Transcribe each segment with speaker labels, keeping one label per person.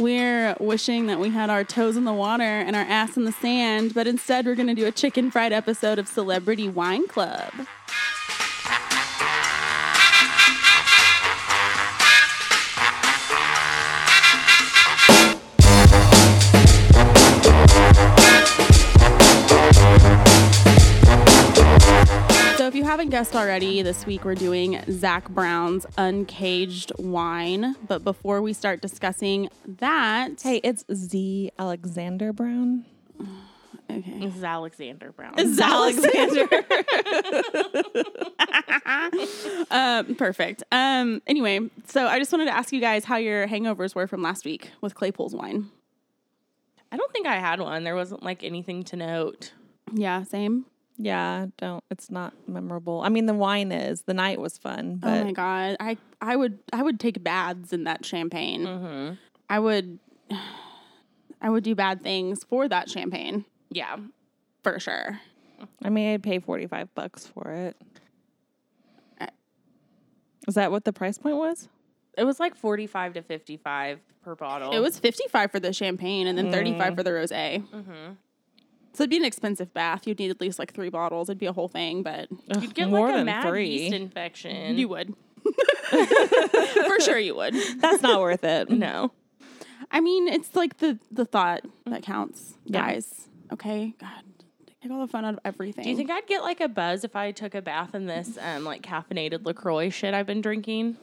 Speaker 1: We're wishing that we had our toes in the water and our ass in the sand, but instead we're going to do a chicken fried episode of Celebrity Wine Club. So, if you haven't guessed already, this week we're doing Zach Brown's Uncaged Wine. But before we start discussing that,
Speaker 2: Hey, it's Z Alexander Brown.
Speaker 1: okay.
Speaker 3: This is Alexander Brown.
Speaker 1: Alexander. um, perfect. Um, anyway, so I just wanted to ask you guys how your hangovers were from last week with Claypool's wine.
Speaker 3: I don't think I had one. There wasn't like anything to note.
Speaker 1: Yeah, same.
Speaker 2: Yeah, don't. It's not memorable. I mean, the wine is. The night was fun, but
Speaker 1: oh my god, I I would I would take baths in that champagne.
Speaker 3: Mm-hmm.
Speaker 1: I would I would do bad things for that champagne
Speaker 3: Yeah.
Speaker 1: for sure.
Speaker 2: I mean, I'd pay forty five bucks for it.
Speaker 1: Uh,
Speaker 2: Is that what the price point was?
Speaker 3: It was like 45 to 55 per bottle.
Speaker 1: It was fifty five for the champagne and then
Speaker 3: Mm-hmm.
Speaker 1: thirty five for the rosé. So it'd be an expensive bath. You'd need at least like three bottles. It'd be a whole thing, but
Speaker 3: You'd get
Speaker 2: more
Speaker 3: like a
Speaker 2: than
Speaker 3: mad
Speaker 2: three.
Speaker 3: yeast infection.
Speaker 1: you would. for sure, you would.
Speaker 2: That's not worth it.
Speaker 3: no.
Speaker 1: I mean, it's like the the thought that
Speaker 3: Mm-hmm.
Speaker 1: counts,
Speaker 2: Yeah.
Speaker 1: guys. Okay, God, take all the fun out of everything.
Speaker 3: Do you think I'd get like a buzz if I took a bath in this um like caffeinated LaCroix shit I've been drinking?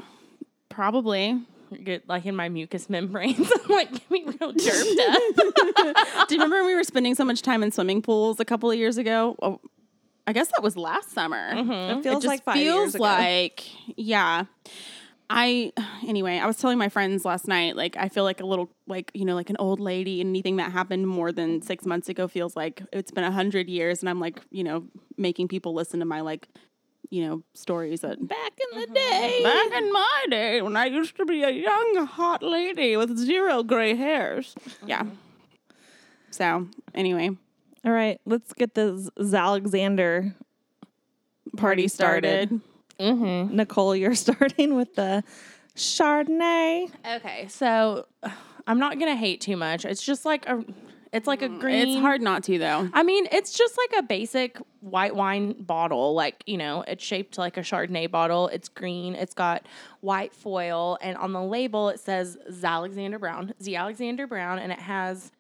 Speaker 1: probably?
Speaker 3: Get like in my mucous membranes. I'm like, give me real derped up.
Speaker 1: Do you remember when we were spending so much time in swimming pools a couple of years ago? Oh, I guess that was last summer.
Speaker 2: Mm-hmm. It feels
Speaker 1: just
Speaker 2: like five
Speaker 1: feels
Speaker 2: years ago.
Speaker 1: like yeah i anyway i was telling my friends last night like i feel like a little like you know like an old lady and anything that happened more than six months ago feels like it's been a hundred years and i'm like you know making people listen to my like you know stories that
Speaker 2: Back in
Speaker 3: Mm-hmm.
Speaker 2: the day,
Speaker 1: back in my day when i used to be a young hot lady with zero gray hairs yeah so anyway
Speaker 2: All right, let's get this Alexander
Speaker 1: party started
Speaker 3: Mm-hmm.
Speaker 2: Nicole, you're starting with the Chardonnay.
Speaker 3: Okay, so I'm not gonna hate too much. It's just like a, Mm, it's like a green.
Speaker 1: it's hard not to though
Speaker 3: I mean, it's just like a basic white wine bottle. Like, you know, it's shaped like a Chardonnay bottle. It's green. It's got white foil. And on the label, it says Z. Alexander Brown, Z. Alexander Brown. And it has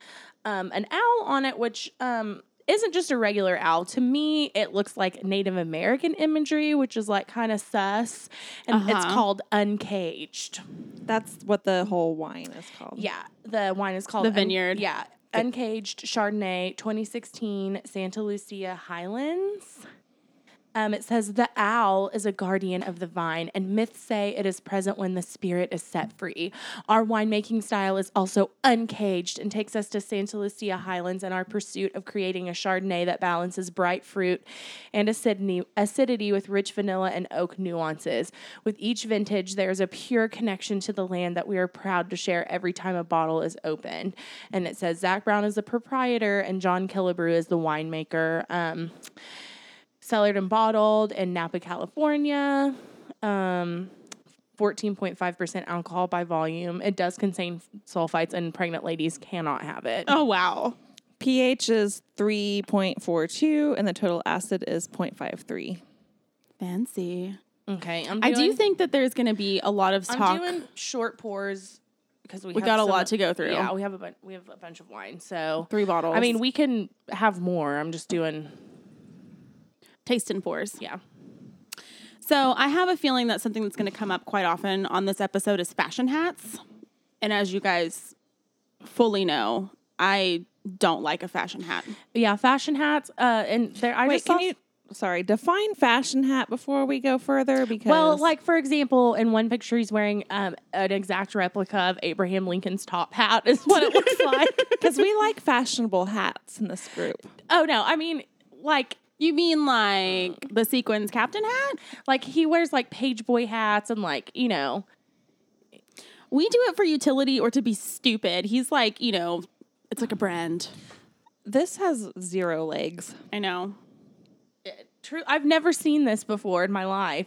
Speaker 3: um, an owl on it, which um, isn't just a regular owl. To me, it looks like Native American imagery, which is like kind of sus. And it's
Speaker 1: Uh-huh.
Speaker 3: called Uncaged.
Speaker 2: That's what the whole wine is called.
Speaker 3: Yeah, the wine is called
Speaker 1: The
Speaker 3: Un-
Speaker 1: Vineyard.
Speaker 3: yeah, Uncaged Chardonnay 2016 Santa Lucia Highlands. Um, it says the owl is a guardian of the vine, and myths say it is present when the spirit is set free. Our winemaking style is also uncaged and takes us to Santa Lucia Highlands in our pursuit of creating a Chardonnay that balances bright fruit and acidity, acidity with rich vanilla and oak nuances. With each vintage, there is a pure connection to the land that we are proud to share every time a bottle is opened. And it says Zach Brown is the proprietor, and John Killebrew is the winemaker. Um, cellared and bottled in Napa, California. Um, 14.5% alcohol by volume. It does contain sulfites, and pregnant ladies cannot have it.
Speaker 1: oh wow
Speaker 2: pH is 3.42 and the total acid is 0.53.
Speaker 1: Fancy.
Speaker 3: Okay. I'm
Speaker 1: I do think that there's going to be a lot of
Speaker 3: I'm
Speaker 1: talk.
Speaker 3: doing short pours because we,
Speaker 1: We
Speaker 3: have
Speaker 1: got a
Speaker 3: so
Speaker 1: lot
Speaker 3: much-
Speaker 1: to go through.
Speaker 3: Yeah, we have a bun- we have a bunch of wine. So
Speaker 1: Three bottles.
Speaker 3: I mean, we can have more. I'm just doing
Speaker 1: taste and pours.
Speaker 3: yeah.
Speaker 1: So I have a feeling that something that's going to come up quite often on this episode is fashion hats. And as you guys fully know, I don't like a fashion hat.
Speaker 3: Yeah, fashion hats. Uh, and there I
Speaker 2: Wait,
Speaker 3: just saw
Speaker 2: can you sorry, define fashion hat before we go further because
Speaker 3: Well, like for example, in one picture he's wearing um, an exact replica of Abraham Lincoln's top hat is what it looks like.
Speaker 2: cuz we like fashionable hats in this group.
Speaker 3: Oh no, I mean like
Speaker 1: You mean like the sequins captain hat?
Speaker 3: like he wears like page boy hats and like, you know,
Speaker 1: We do it for utility or to be stupid. He's like, you know, it's like a brand.
Speaker 2: This has zero legs.
Speaker 1: I know.
Speaker 3: true I've never seen this before in my life.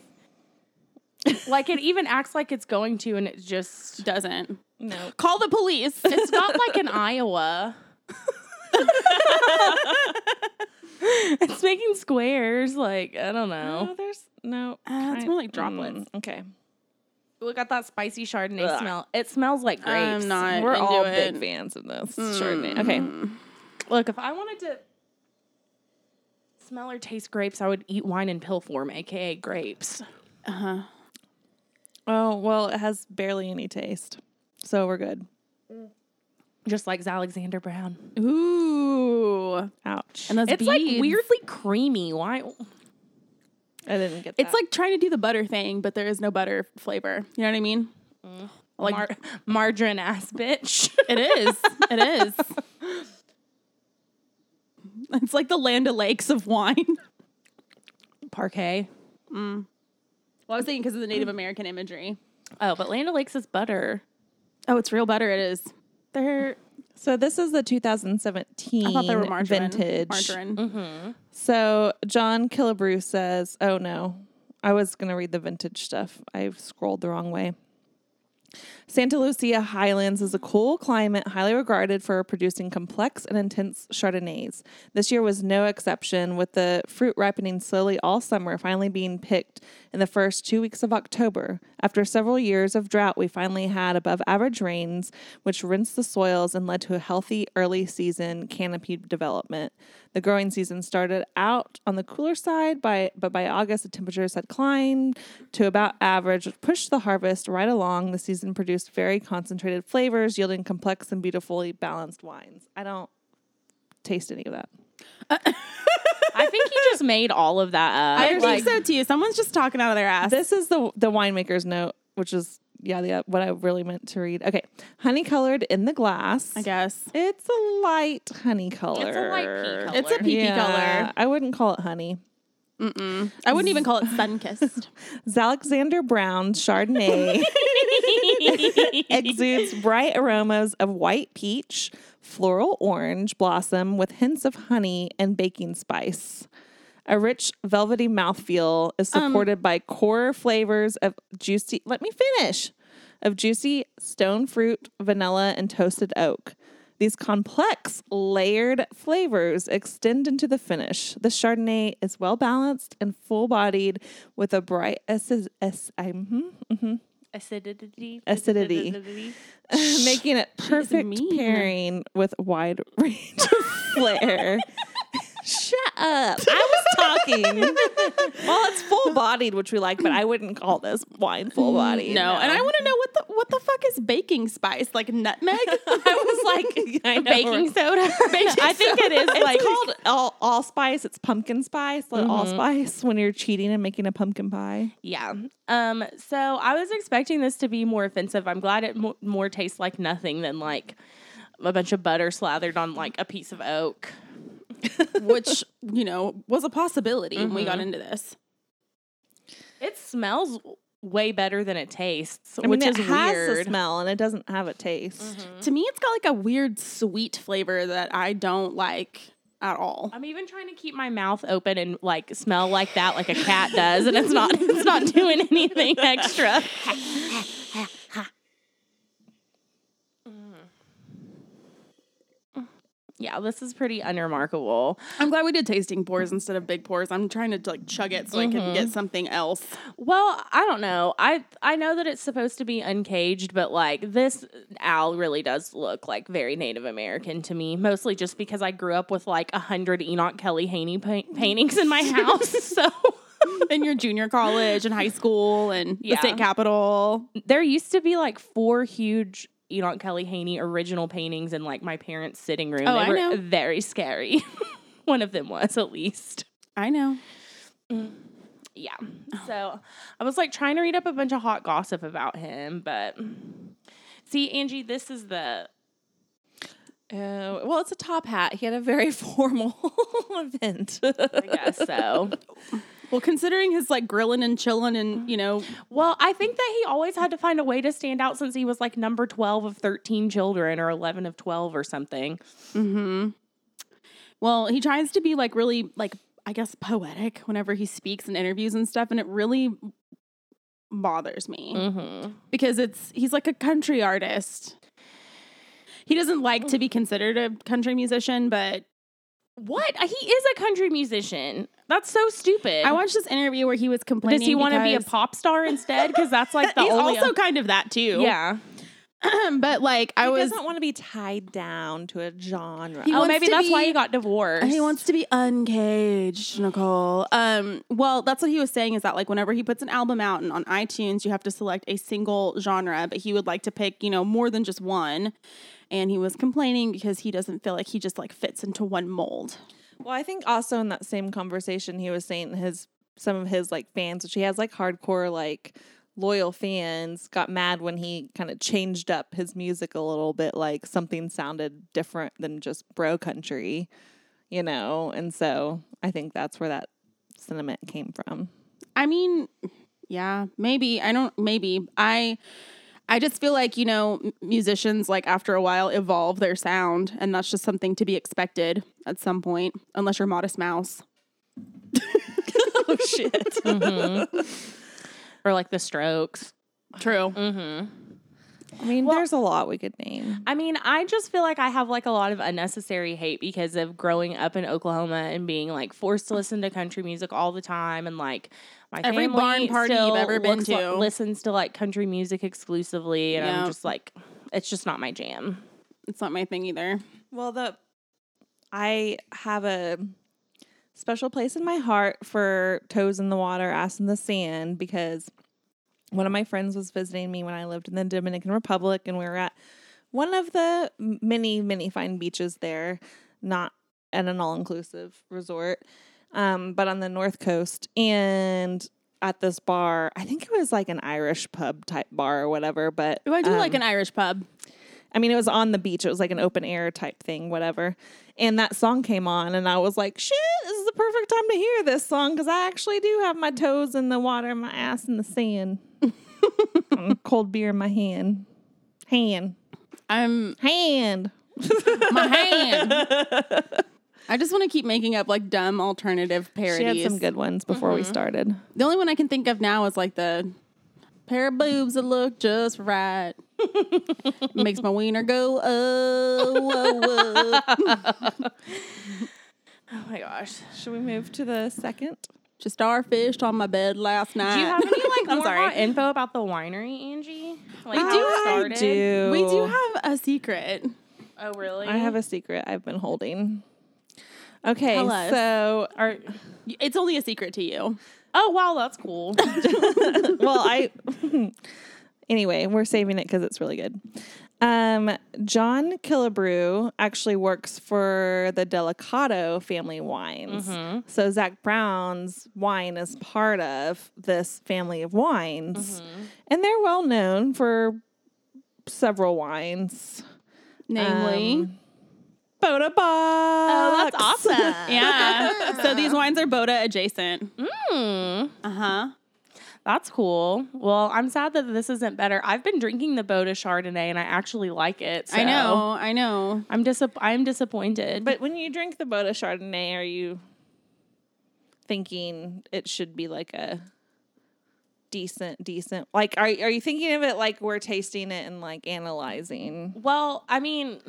Speaker 3: like it even acts like it's going to and it just
Speaker 1: Doesn't.
Speaker 2: No.
Speaker 1: Call the police.
Speaker 3: It's not like in Iowa. it's making squares. Like, I don't know.
Speaker 2: No, there's no.
Speaker 1: Uh, it's
Speaker 2: kind-
Speaker 1: more like droplets.
Speaker 2: Mm, okay.
Speaker 3: We got that spicy Chardonnay
Speaker 2: Ugh.
Speaker 3: smell. It smells like
Speaker 1: I'm
Speaker 3: grapes.
Speaker 1: not
Speaker 2: We're
Speaker 1: into
Speaker 2: all
Speaker 1: it. Mm.
Speaker 2: big fans of this Chardonnay. Okay.
Speaker 3: Look, if I wanted to smell or taste grapes, I would eat wine in pill form, aka grapes.
Speaker 1: Uh-huh.
Speaker 2: Oh well, it has barely any taste, so we're good.
Speaker 3: Just like Alexander Brown.
Speaker 1: Ooh.
Speaker 2: Ouch.
Speaker 1: And those
Speaker 3: It's like
Speaker 1: beads.
Speaker 3: weirdly creamy. Why?
Speaker 2: I didn't get.
Speaker 1: It's
Speaker 2: that.
Speaker 1: like trying to do the butter thing, but there is no butter flavor. You know what I mean? Mm-hmm.
Speaker 3: Like margarine ass bitch.
Speaker 1: It is. it is. It's like the land of lakes of wine.
Speaker 3: Parquet.
Speaker 1: Well, I was thinking because of the Native American imagery.
Speaker 3: Oh, but Land O'Lakes is butter.
Speaker 1: Oh, it's real butter. It is. They're.
Speaker 2: so. This is the 2017
Speaker 1: I thought they were margarine.
Speaker 2: vintage.
Speaker 1: Margarine.
Speaker 2: So John Killebrew says, "Oh no, I was going to read the vintage stuff. I scrolled the wrong way." Santa Lucia Highlands is a cool climate, highly regarded for producing complex and intense Chardonnays. This year was no exception, with the fruit ripening slowly all summer, finally being picked in the first two weeks of October. After several years of drought, we finally had above average rains, which rinsed the soils and led to a healthy early season canopy development. The growing season started out on the cooler side, by, but by August, the temperatures had climbed to about average, which pushed the harvest right along. The season produced very concentrated flavors, yielding complex and beautifully balanced wines. I don't taste any of that.
Speaker 3: I think he just made all of that up.
Speaker 1: I
Speaker 3: Like,
Speaker 1: think so too. Someone's just talking out of their ass.
Speaker 2: This is the the winemaker's note, which is yeah, the, what I really meant to read. Okay, honey colored in the glass.
Speaker 1: I guess.
Speaker 2: It's a light honey color.
Speaker 3: It's a light pea color.
Speaker 1: It's a pee color.
Speaker 2: I wouldn't call it honey.
Speaker 1: I wouldn't even call it sun kissed.
Speaker 2: Alexander Brown's Chardonnay exudes bright aromas of white peach, floral orange blossom with hints of honey and baking spice. A rich velvety mouthfeel is supported by core flavors of juicy, let me finish, of juicy stone fruit, vanilla, and toasted oak. These complex, layered flavors extend into the finish. The Chardonnay is well balanced and full bodied with a bright acid, ac- mhm, mhm,
Speaker 3: acidity.
Speaker 2: Acidity. making it perfect
Speaker 1: mean.
Speaker 2: pairing with wide range of flair. Shut up. I was talking. well, it's full bodied, which we like, but I wouldn't call this wine full
Speaker 1: No,
Speaker 2: bodied.
Speaker 1: and I want to know what the what the fuck is baking spice like nutmeg? I was like
Speaker 2: I know,
Speaker 3: Baking soda. I think it is
Speaker 2: It's called all, allspice. It's pumpkin spice, like allspice when you're cheating and making a pumpkin pie.
Speaker 3: Yeah. Um. So I was expecting this to be more offensive. I'm glad it mo- more tastes like nothing than like a bunch of butter slathered on like a piece of oak.
Speaker 1: which you know was a possibility when we got
Speaker 3: Mm-hmm.
Speaker 1: into this.
Speaker 3: It smells way better than it tastes,
Speaker 2: I mean,
Speaker 3: which
Speaker 2: it
Speaker 3: is
Speaker 2: has
Speaker 3: weird.
Speaker 2: a smell and it doesn't have a taste.
Speaker 3: Mm-hmm.
Speaker 1: To me, it's got like a weird sweet flavor that I don't like at all.
Speaker 3: I'm even trying to keep my mouth open and like smell like that, like a cat does, and it's not it's not doing anything extra. Yeah, this is pretty unremarkable.
Speaker 1: I'm glad we did tasting pours instead of big pours. I'm trying to like chug it so I can
Speaker 3: Mm-hmm.
Speaker 1: get something else.
Speaker 3: Well, I don't know. I I know that it's supposed to be uncaged, but like this owl really does look like very Native American to me. Mostly just because I grew up with like a hundred Enoch Kelly Haney paint- paintings in my house, so
Speaker 1: In your junior college and high school and
Speaker 3: Yeah.
Speaker 1: the state capitol.
Speaker 3: there used to be like four huge Enoch Kelly Haney original paintings in like my parents' sitting room.
Speaker 1: Oh,
Speaker 3: they
Speaker 1: I
Speaker 3: were
Speaker 1: know.
Speaker 3: very scary. One of them was at least.
Speaker 1: I know.
Speaker 3: Yeah.
Speaker 1: Oh.
Speaker 3: So I was like trying to read up a bunch of hot gossip about him, but see, Angie, this is the
Speaker 2: Uh, well, it's a top hat. He had a very formal event.
Speaker 3: I guess so.
Speaker 1: Well, considering his like grilling and chilling
Speaker 3: Mm.
Speaker 1: and you know,
Speaker 3: well, I think that he always had to find a way to stand out since he was like number 12 of 13 children or 11 of 12 or something.
Speaker 1: Mm-hmm. well, he tries to be like really like I guess poetic whenever he speaks in interviews and stuff, and it really bothers me
Speaker 3: Mm.
Speaker 1: because it's he's like a country artist. He doesn't like to be considered a country musician, but
Speaker 3: What? He is a country musician. That's so stupid.
Speaker 1: I watched this interview where he was complaining.
Speaker 3: Does he want to be a
Speaker 1: because-
Speaker 3: pop star instead? Because that's like the
Speaker 1: He's
Speaker 3: only.
Speaker 1: also kind of that too.
Speaker 3: yeah.
Speaker 1: but like I
Speaker 2: he
Speaker 1: was,
Speaker 2: doesn't want to be tied down to a genre.
Speaker 1: He
Speaker 3: oh,
Speaker 1: wants
Speaker 3: maybe
Speaker 1: to
Speaker 3: that's why
Speaker 1: be-
Speaker 3: he got divorced.
Speaker 1: He wants to be uncaged, Nicole. Um, well, that's what he was saying is that like whenever he puts an album out and on iTunes, you have to select a single genre, but he would like to pick, you know, more than just one. And he was complaining because he doesn't feel like he just like fits into one mold.
Speaker 2: Well, I think also in that same conversation, he was saying his some of his like fans, which he has like hardcore like loyal fans, got mad when he kind of changed up his music a little bit, like something sounded different than just bro country, you know. And so I think that's where that sentiment came from.
Speaker 1: I mean, yeah, maybe. I don't maybe. I I just feel like, you know, m- musicians like after a while evolve their sound and that's just something to be expected at some point unless you're Modest Mouse.
Speaker 2: oh shit!
Speaker 3: or like the Strokes.
Speaker 1: True.
Speaker 2: I mean, there's a lot we could name.
Speaker 3: I mean, I just feel like I have like a lot of unnecessary hate because of growing up in Oklahoma and being like forced to listen to country music all the time and like my
Speaker 1: Every
Speaker 3: family
Speaker 1: barn party
Speaker 3: still
Speaker 1: you've ever been
Speaker 3: looks-
Speaker 1: to.
Speaker 3: listens to like country music exclusively and
Speaker 1: Yeah.
Speaker 3: I'm just like it's just not my jam.
Speaker 1: It's not my thing either.
Speaker 2: Well, the I have a special place in my heart for toes in the water, ass in the sand because one of my friends was visiting me when I lived in the Dominican Republic and we were at one of the many many fine beaches there, not at an all-inclusive resort, um, but on the north coast and at this bar, I think it was like an Irish pub type bar or whatever, but
Speaker 1: Oh, I do like
Speaker 2: um,
Speaker 1: an Irish pub.
Speaker 2: I mean, it was on the beach. It was like an open air type thing, whatever. And that song came on, and I was like, shit, this is the perfect time to hear this song because I actually do have my toes in the water, and my ass in the sand, and a cold beer in my hand. Hand.
Speaker 1: I'm
Speaker 2: Hand.
Speaker 1: my hand. I just want to keep making up like dumb alternative
Speaker 2: She
Speaker 1: parodies.
Speaker 2: had some good ones before
Speaker 1: Mm-hmm.
Speaker 2: we started.
Speaker 1: the only one I can think of now is like the pair of boobs that look just right. Makes my wiener go oh whoa, whoa.
Speaker 3: Oh my gosh.
Speaker 2: Should we move to the second?
Speaker 1: She starfished on my bed last night.
Speaker 3: Do you have any like
Speaker 1: I'm
Speaker 3: more
Speaker 1: sorry.
Speaker 3: hot info about the winery, Angie? Like
Speaker 1: We
Speaker 3: how
Speaker 1: do
Speaker 3: it
Speaker 1: have-
Speaker 3: started?
Speaker 2: I do.
Speaker 1: we do have a secret.
Speaker 3: Oh really?
Speaker 2: I have a secret I've been holding. Okay,
Speaker 1: Tell us.
Speaker 2: so
Speaker 3: Are-
Speaker 1: It's only a secret to you.
Speaker 3: oh wow, that's cool.
Speaker 2: well, I. anyway, we're saving it because it's really good. Um, John Killebrew actually works for the Delicato family wines. So Zach Brown's wine is part of this family of wines, and they're well known for several wines.
Speaker 1: Namely.
Speaker 2: Um, Boda Box. Oh,
Speaker 3: that's awesome.
Speaker 1: yeah. so these wines are Boda adjacent.
Speaker 3: Hmm.
Speaker 1: Uh huh.
Speaker 3: That's cool. Well, I'm sad that this isn't better. I've been drinking the Boda Chardonnay and I actually like it.
Speaker 1: I
Speaker 3: so
Speaker 1: know. I know.
Speaker 3: I'm disapp- I'm disappointed.
Speaker 2: But when you drink the Boda Chardonnay, are you thinking it should be like a decent, decent? Like, are are you thinking of it like we're tasting it and like analyzing?
Speaker 3: well, I mean,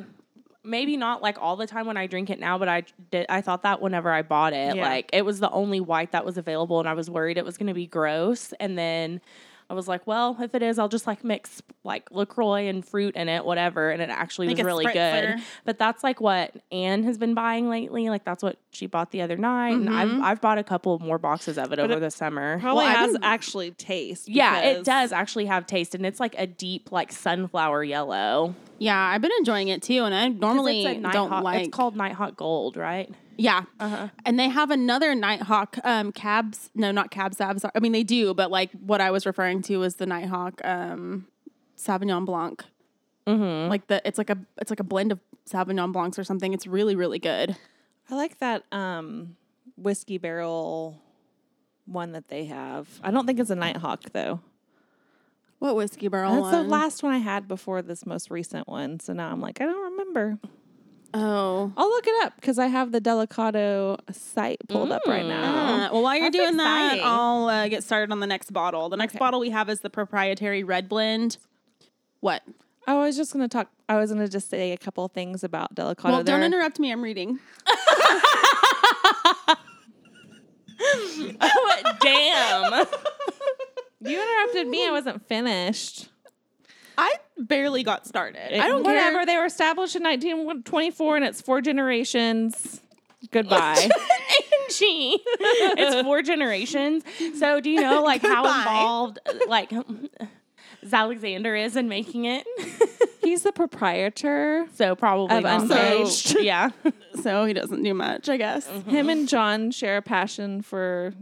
Speaker 3: maybe not like all the time when I drink it now, but I did I thought that whenever I bought it,
Speaker 2: Yeah.
Speaker 3: like it was the only white that was available and I was worried it was going to be gross and then I was like, well, if it is, I'll just like mix like LaCroix and fruit in it, whatever. And it actually
Speaker 1: Like
Speaker 3: was
Speaker 1: a
Speaker 3: really
Speaker 1: spritzer.
Speaker 3: good. But that's like what Anne has been buying lately. Like that's what she bought the other night. And I've, I've bought a couple more boxes of it over
Speaker 2: Mm-hmm. it-
Speaker 3: the summer.
Speaker 2: Probably
Speaker 1: Well, I
Speaker 2: has
Speaker 1: didn't-
Speaker 2: actually taste.
Speaker 3: Yeah, it
Speaker 2: because-
Speaker 3: does actually have taste, and it's like a deep, like sunflower yellow. 'Cause
Speaker 1: Yeah, I've been enjoying it too, and I normally
Speaker 3: it's a night
Speaker 1: don't
Speaker 3: hawk-
Speaker 1: like.
Speaker 3: It's called Night Hawk Gold, right?
Speaker 1: yeah, and they have another Nighthawk um, cabs. No, not cab sav. sorry. I mean, they do, but like what I was referring to was the Nighthawk um, Sauvignon Blanc. Mm-hmm. Like the it's like a it's like a blend of Sauvignon Blancs or something. It's really really good.
Speaker 2: I like that um whiskey barrel one that they have. I don't think it's a Nighthawk though.
Speaker 1: What whiskey barrel?
Speaker 2: That's the
Speaker 1: one?
Speaker 2: last one I had before this most recent one. So now I'm like, I don't remember.
Speaker 1: Oh.
Speaker 2: I'll look it up because I have the Delicato site pulled up right now.
Speaker 1: well, while you're
Speaker 2: That's
Speaker 1: doing
Speaker 2: exciting.
Speaker 1: that, I'll uh, get started on the next bottle. The next bottle we have is the proprietary red blend. What?
Speaker 2: I was just gonna talk. I was gonna just say a couple things about Delicato.
Speaker 1: well, don't
Speaker 2: They're-
Speaker 1: interrupt me. I'm reading.
Speaker 3: Damn.
Speaker 2: you interrupted me. I wasn't finished.
Speaker 1: I barely got started. I don't
Speaker 2: Whatever.
Speaker 1: care.
Speaker 2: They were established in 1924, and it's four generations. Goodbye.
Speaker 3: Angie. It's four generations. So do you know like how
Speaker 1: Goodbye.
Speaker 3: involved like Alexander is in making it?
Speaker 2: He's the proprietor.
Speaker 3: So probably
Speaker 2: Of
Speaker 3: not.
Speaker 2: Unsaged.
Speaker 3: So, yeah. Mm-hmm.
Speaker 1: So he doesn't do much, I guess.
Speaker 2: Him and John share a passion for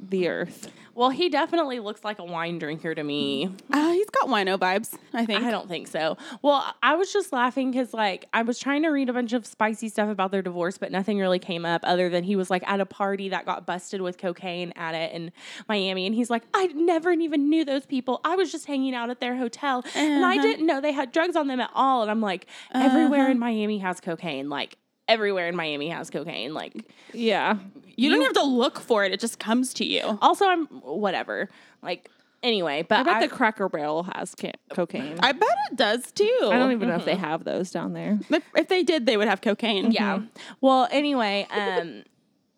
Speaker 2: the earth.
Speaker 3: Well, he definitely looks like a wine drinker to me.
Speaker 1: Uh, he's got wino vibes, I think.
Speaker 3: I don't think so. Well, I was just laughing because, like, I was trying to read a bunch of spicy stuff about their divorce, but nothing really came up other than he was like at a party that got busted with cocaine at it in Miami. And he's like, I never even knew those people. I was just hanging out at their hotel and I
Speaker 1: Uh-huh.
Speaker 3: didn't know they had drugs on them at all. And I'm like, everywhere
Speaker 2: Uh-huh.
Speaker 3: in Miami has cocaine. Like, everywhere in Miami has cocaine. Like,
Speaker 2: Yeah.
Speaker 1: you, don't have to look for it, it just comes to you.
Speaker 3: also, I'm whatever. Like, anyway, but
Speaker 2: I bet
Speaker 3: I-
Speaker 2: the Cracker Barrel has ca- cocaine. I,
Speaker 1: I bet it does too.
Speaker 2: don't even know if
Speaker 1: mm-hmm.
Speaker 2: they have those down there.
Speaker 1: If, if they did, they would have cocaine.
Speaker 3: Yeah. Well, anyway, um,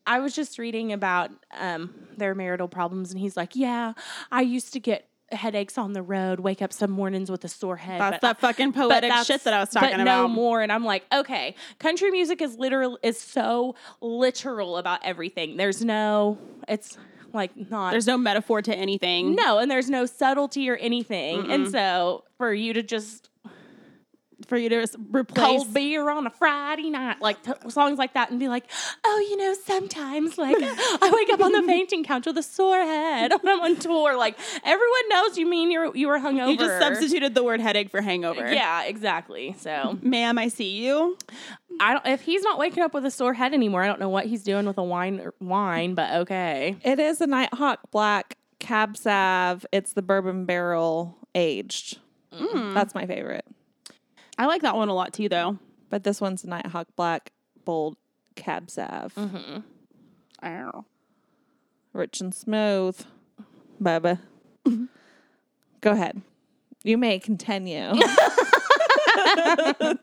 Speaker 3: I was just reading about um, their marital problems, and he's like, "Yeah, I used to get headaches on the road, wake up some mornings with a sore head."
Speaker 1: That's
Speaker 3: but-
Speaker 1: that fucking
Speaker 3: but
Speaker 1: poetic
Speaker 3: that's-
Speaker 1: shit that I was
Speaker 3: but
Speaker 1: talking
Speaker 3: no
Speaker 1: about.
Speaker 3: more. And I'm like, okay, country music is literal is so literal about everything. There's no, it's like not
Speaker 1: There's no metaphor to anything.
Speaker 3: no, and there's no subtlety or anything. And so for you to just
Speaker 1: For you to s- replace.
Speaker 3: cold beer on a Friday night, like t- songs like that, and be like, oh, you know, sometimes like I wake up on the fainting couch with a sore head when I'm on tour. Like everyone knows you mean you're you were hungover.
Speaker 1: You just substituted the word headache for hangover.
Speaker 3: Yeah, exactly. So
Speaker 1: Ma'am, I see you.
Speaker 3: I don't. If he's not waking up with a sore head anymore, I don't know what he's doing with a wine or wine. But okay,
Speaker 2: It is a Nighthawk Black Cab Sav. It's the bourbon barrel aged.
Speaker 1: Mm.
Speaker 2: That's my favorite.
Speaker 1: I like that one a lot too, though.
Speaker 2: But this one's Nighthawk Black Bold Cab Sav.
Speaker 1: Mm-hmm. Ow.
Speaker 2: Rich and smooth. Bubba. Go ahead. You may continue.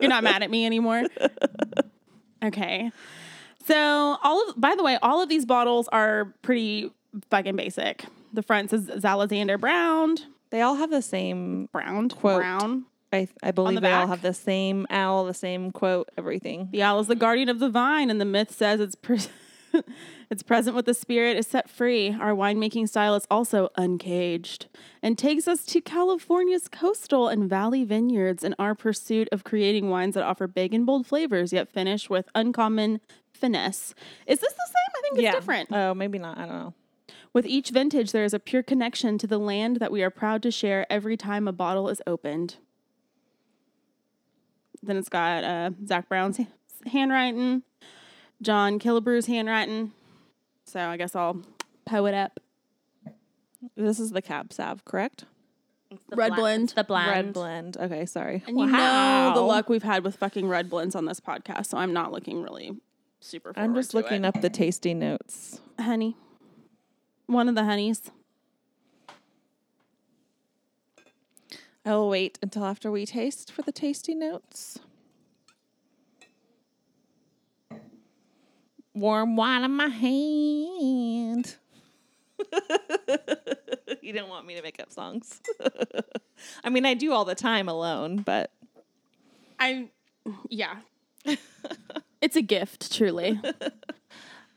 Speaker 1: You're not mad at me anymore. Okay. So all of by the way, all of these bottles are pretty fucking basic. The front says Zalazander Brown.
Speaker 2: they all have the same,
Speaker 1: Brown.
Speaker 2: Quote.
Speaker 1: Brown.
Speaker 2: I, I believe
Speaker 1: the
Speaker 2: they all
Speaker 1: back.
Speaker 2: have the same owl, the same quote, everything.
Speaker 1: The owl is the guardian of the vine, and the myth says it's pres it's present with the spirit, is set free. Our winemaking style is also uncaged and takes us to California's coastal and valley vineyards in our pursuit of creating wines that offer big and bold flavors, yet finish with uncommon finesse. Is this the same? I think it's different.
Speaker 2: Oh, maybe not. I don't know.
Speaker 1: With each vintage, there is a pure connection to the land that we are proud to share every time a bottle is opened. Then it's got uh, Zach Brown's ha- handwriting, John Killebrew's handwriting. So I guess I'll poe it up.
Speaker 2: This is the Cab Sav, correct?
Speaker 1: Red blend.
Speaker 3: the blend.
Speaker 2: Red blend. Okay, sorry.
Speaker 1: And you know the luck we've had with fucking red blends on this podcast, so I'm not looking really super.
Speaker 2: I'm
Speaker 1: forward
Speaker 2: just
Speaker 1: to
Speaker 2: looking
Speaker 1: it.
Speaker 2: up the tasty notes.
Speaker 1: honey. One of the honeys.
Speaker 2: I will wait until after we taste for the tasty notes. Warm wine in my hand. you didn't want me to make up songs. I mean, I do all the time alone, but
Speaker 1: I, yeah. it's a gift, truly.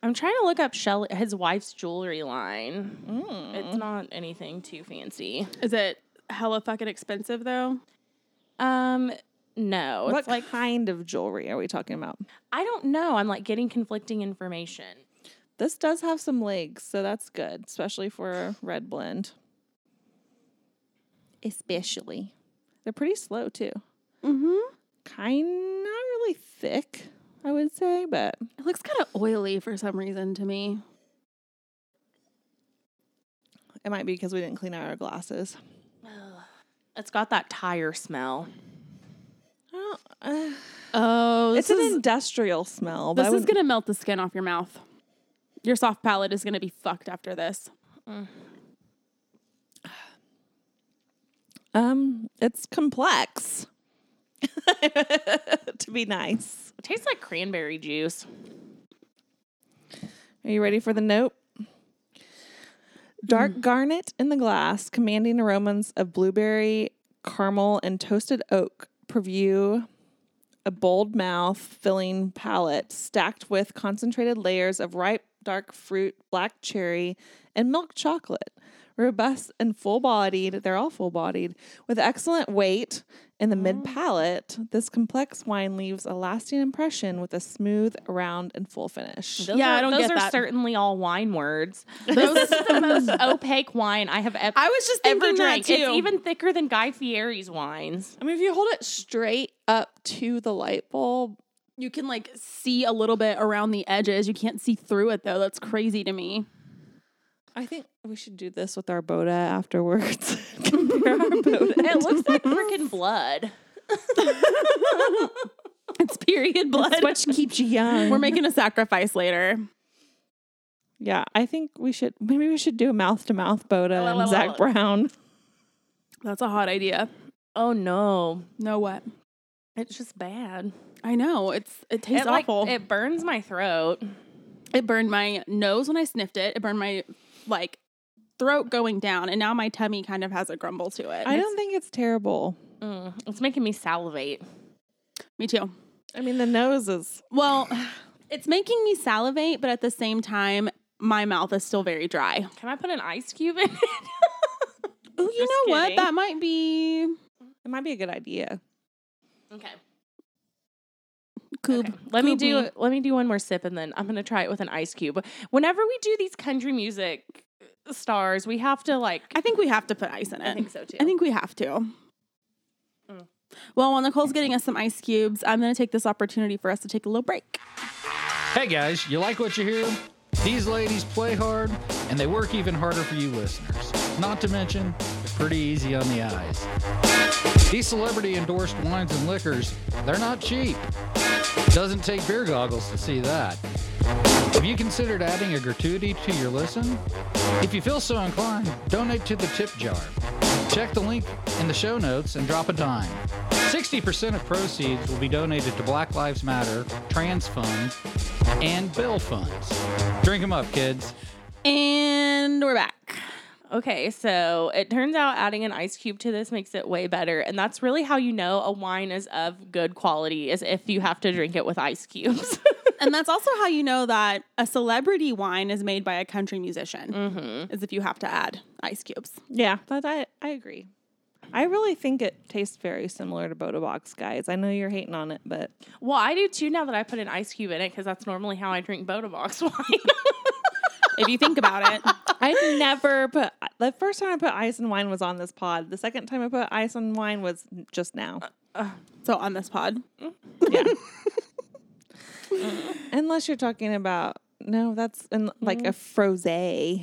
Speaker 3: I'm trying to look up Shelly, his wife's jewelry line.
Speaker 1: Mm.
Speaker 3: It's not anything too fancy.
Speaker 1: Is it hella fucking expensive though?
Speaker 3: Um, no,
Speaker 2: what
Speaker 3: it's like
Speaker 2: kind of jewelry are we talking about?
Speaker 3: I don't know. I'm like getting conflicting information.
Speaker 2: This does have some legs, so that's good, especially for a red blend. Especially. They're pretty slow too.
Speaker 1: Mm-hmm.
Speaker 2: Kind not really thick, I would say, but
Speaker 1: It looks kind of oily for some reason to me.
Speaker 2: it might be because we didn't clean out our glasses.
Speaker 3: It's got that tire smell.
Speaker 2: I don't, uh,
Speaker 1: Oh,
Speaker 2: It's
Speaker 1: this
Speaker 2: an
Speaker 1: is
Speaker 2: industrial smell. But
Speaker 1: this
Speaker 2: I
Speaker 1: is
Speaker 2: wouldn't-
Speaker 1: gonna melt the skin off your mouth. Your soft palate is gonna be fucked after this.
Speaker 2: um, it's complex. to be nice.
Speaker 3: It tastes like cranberry juice.
Speaker 2: Are you ready for the note? Dark garnet in the glass, commanding aromas of blueberry, caramel, and toasted oak preview a bold mouth filling palate stacked with concentrated layers of ripe dark fruit, black cherry, and milk chocolate. Robust and full bodied, they're all full bodied, with excellent weight in the mid palate. This complex wine leaves a lasting impression with a smooth, round, and full finish.
Speaker 3: Those
Speaker 1: Yeah,
Speaker 3: are,
Speaker 1: I don't
Speaker 3: those
Speaker 1: get
Speaker 3: are
Speaker 1: that.
Speaker 3: certainly all wine words. This is the most opaque wine I have ever.
Speaker 1: I was just
Speaker 3: ever
Speaker 1: thinking that,
Speaker 3: drank. It's
Speaker 1: too.
Speaker 3: even thicker than Guy Fieri's wines.
Speaker 2: I mean, if you hold it straight up to the light bulb,
Speaker 1: You can like see a little bit around the edges. You can't see through it though. That's crazy to me.
Speaker 2: I think we should do this with our Boda afterwards. Compare our Boda.
Speaker 3: It looks like freaking blood.
Speaker 1: It's period blood.
Speaker 2: What keeps you young?
Speaker 1: We're making a sacrifice later.
Speaker 2: yeah, I think we should. Maybe we should do a mouth to mouth Boda and Zach Brown.
Speaker 1: That's a hot idea.
Speaker 3: Oh no,
Speaker 1: No what?
Speaker 3: it's just bad.
Speaker 1: I know. It's it tastes
Speaker 3: it, like,
Speaker 1: awful. it,
Speaker 3: it burns my throat.
Speaker 1: burned my nose when I sniffed it. It burned my like throat going down and now my tummy kind of has a grumble to it.
Speaker 2: I don't think it's terrible.
Speaker 3: Mm, it's making me salivate.
Speaker 1: Me too.
Speaker 2: I mean, the nose is.
Speaker 1: Well, it's making me salivate, but at the same time my mouth is still very dry.
Speaker 3: Can I put an ice cube in it?
Speaker 1: Oh, you
Speaker 3: Just
Speaker 1: know what?
Speaker 3: kidding.
Speaker 1: That might be
Speaker 2: It might be a good idea.
Speaker 3: okay.
Speaker 1: coob.
Speaker 3: Let me
Speaker 1: Coob
Speaker 3: do let me do one more sip and then I'm gonna try it with an ice cube. Whenever we do these country music uh, stars, we have to like
Speaker 1: I think we have to put ice in it.
Speaker 3: so too.
Speaker 1: I think we have to.
Speaker 3: Mm.
Speaker 1: Well, while Nicole's getting us some ice cubes, I'm going to take this opportunity for us to take a little break.
Speaker 4: Hey guys, you like what you hear? These ladies play hard and they work even harder for you listeners. Not to mention, they're pretty easy on the eyes. These celebrity endorsed wines and liquors, they're not cheap. Doesn't take beer goggles to see that. Have you considered adding a gratuity to your listen? If you feel so inclined, donate to the tip jar. Check the link in the show notes and drop a dime. 60% of proceeds will be donated to Black Lives Matter, trans funds, and bill funds. Drink 'em up, kids.
Speaker 1: And we're back.
Speaker 3: Okay, so it turns out adding an ice cube to this makes it way better. And that's really how you know a wine is of good quality is if you have to drink it with ice cubes.
Speaker 1: and that's also how you know that a celebrity wine is made by a country musician, is if you have to add ice cubes.
Speaker 2: Yeah, but I I agree. I really think it tastes very similar to Boda Box, guys. I know you're hating on it, but
Speaker 3: well, I do too now that I put an ice cube in it because that's normally how I drink Boda Box wine.
Speaker 1: If you think about it,
Speaker 2: I've never put the first time I put ice and wine was on this pod. The second time I put ice and wine was just now.
Speaker 1: so on this pod,
Speaker 2: Yeah. Unless you're talking about no, that's in, like
Speaker 3: Mm-hmm.
Speaker 2: a froze. Oh,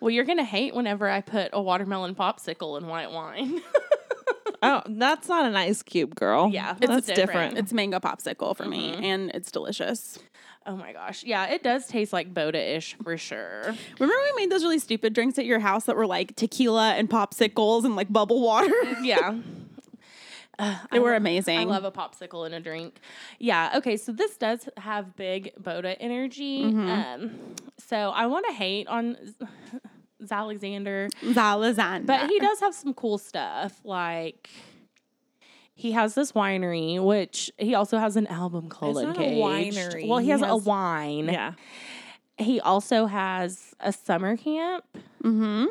Speaker 3: well, you're gonna hate whenever I put a watermelon popsicle in white wine.
Speaker 2: that's not an ice cube, girl.
Speaker 3: Yeah, it's
Speaker 2: that's
Speaker 3: different.
Speaker 2: different.
Speaker 1: it's mango popsicle for me, and it's delicious.
Speaker 3: oh my gosh. Yeah, it does taste like Boda ish for sure.
Speaker 1: Remember we made those really stupid drinks at your house that were like tequila and popsicles and like bubble water?
Speaker 3: Yeah.
Speaker 1: they were amazing.
Speaker 3: I love a popsicle and a drink. Yeah. Okay. So this does have big Boda energy.
Speaker 2: Mm-hmm.
Speaker 3: Um, so I want to hate on Z- Alexander,
Speaker 1: Zalazan.
Speaker 3: but he does have some cool stuff. Like he has this winery, which he also has an album called
Speaker 2: It's not a
Speaker 3: Encaged.
Speaker 2: winery.
Speaker 3: Well, he
Speaker 2: He
Speaker 3: has, a
Speaker 2: has-
Speaker 3: wine.
Speaker 2: Mm-hmm. Yeah.
Speaker 3: He also has a summer camp
Speaker 1: Mm-hmm.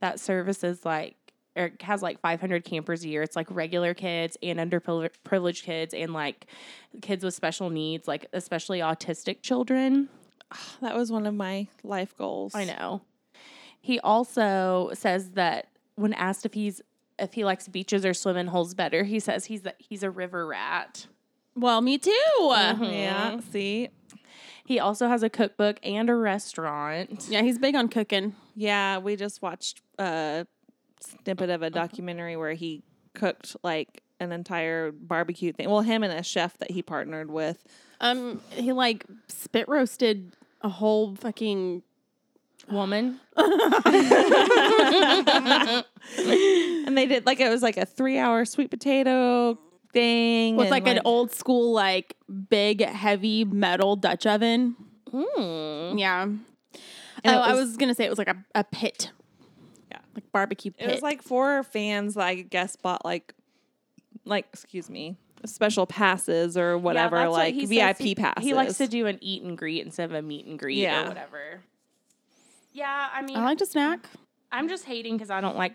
Speaker 3: that services like. Or has like 500 campers a year. It's like regular kids and underprivileged kids and like kids with special needs, like especially autistic children.
Speaker 2: That was one of my life goals.
Speaker 3: I know. He also says that when asked if he's if he likes beaches or swimming holes better, he says he's that he's a river rat.
Speaker 1: Well, me too. Mm-hmm.
Speaker 2: Yeah.
Speaker 3: Mm-hmm.
Speaker 2: See.
Speaker 3: He also has a cookbook and a restaurant.
Speaker 1: Yeah, he's big on cooking.
Speaker 2: Yeah,
Speaker 3: Uh-huh.
Speaker 2: we just watched a snippet of a documentary where he cooked like an entire barbecue thing. Well, him and a chef that he partnered with.
Speaker 1: Um, he like spit roasted a whole fucking
Speaker 3: Woman.
Speaker 2: And they did like it was like a three hour sweet potato thing.
Speaker 1: with
Speaker 2: and,
Speaker 1: like, an old school like big heavy metal Dutch oven.
Speaker 3: Mm.
Speaker 1: Yeah. oh,
Speaker 2: it
Speaker 1: I
Speaker 2: was-
Speaker 1: was gonna say it was like a, a pit.
Speaker 2: Yeah.
Speaker 1: Like barbecue pit.
Speaker 2: It was like four fans that I guess bought like like excuse me special passes or whatever
Speaker 3: that's what
Speaker 2: like
Speaker 3: he says
Speaker 2: VIP
Speaker 3: he-
Speaker 2: passes.
Speaker 3: He likes to do an eat and greet instead of a meet and greet
Speaker 2: Yeah.
Speaker 3: or whatever. Yeah, I mean,
Speaker 1: I like to snack.
Speaker 3: I'm just hating because I don't like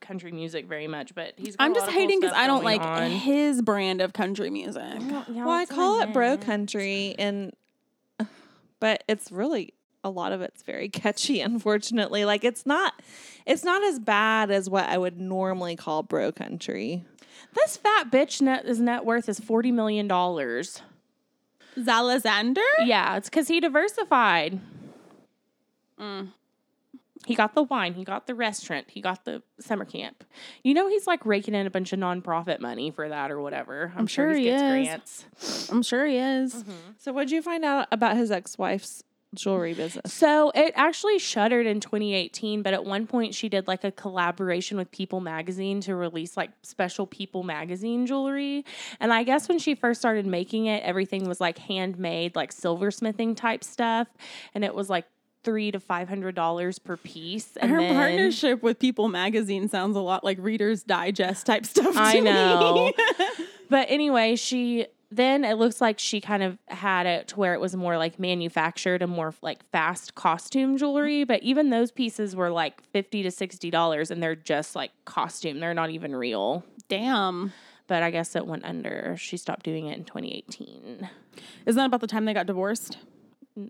Speaker 3: country music very much, but he's. got
Speaker 1: I'm
Speaker 3: a lot
Speaker 1: just
Speaker 3: of cool
Speaker 1: hating because
Speaker 3: stuff
Speaker 1: I don't
Speaker 3: going
Speaker 1: like
Speaker 3: on.
Speaker 1: his brand of country music.
Speaker 2: Well, I call it bro country, and but it's really a lot of it's very catchy. Unfortunately, like it's not, it's not as bad as what I would normally call bro country.
Speaker 3: This fat bitch net his net worth is forty million dollars.
Speaker 1: Zalazander?
Speaker 3: Yeah, it's because he diversified. He got the wine. He got the restaurant. He got the summer camp. You know, he's like raking in a bunch of nonprofit money for that or whatever. I'm, sure,
Speaker 1: sure
Speaker 3: he
Speaker 1: he
Speaker 3: gets
Speaker 1: is.
Speaker 3: grants.
Speaker 1: I'm sure he is.
Speaker 3: Mm-hmm.
Speaker 2: So, what'd you find out about his ex-wife's jewelry business?
Speaker 3: So it actually shuttered in 2018, but at one point she did like a collaboration with People Magazine to release like special People Magazine jewelry. And I guess when she first started making it, everything was like handmade, like silversmithing type stuff. And it was like three to five hundred dollars per piece. And
Speaker 1: Her
Speaker 3: then-
Speaker 1: partnership with People Magazine sounds a lot like Reader's Digest type stuff. To
Speaker 3: I know.
Speaker 1: Me.
Speaker 3: But anyway, she then it looks like she kind of had it to where it was more like manufactured and more like fast costume jewelry. But even those pieces were like fifty to sixty dollars, and they're just like costume. They're not even real.
Speaker 1: Damn.
Speaker 3: But I guess it went under. She stopped doing it in 2018.
Speaker 1: Isn't that about the time they got divorced?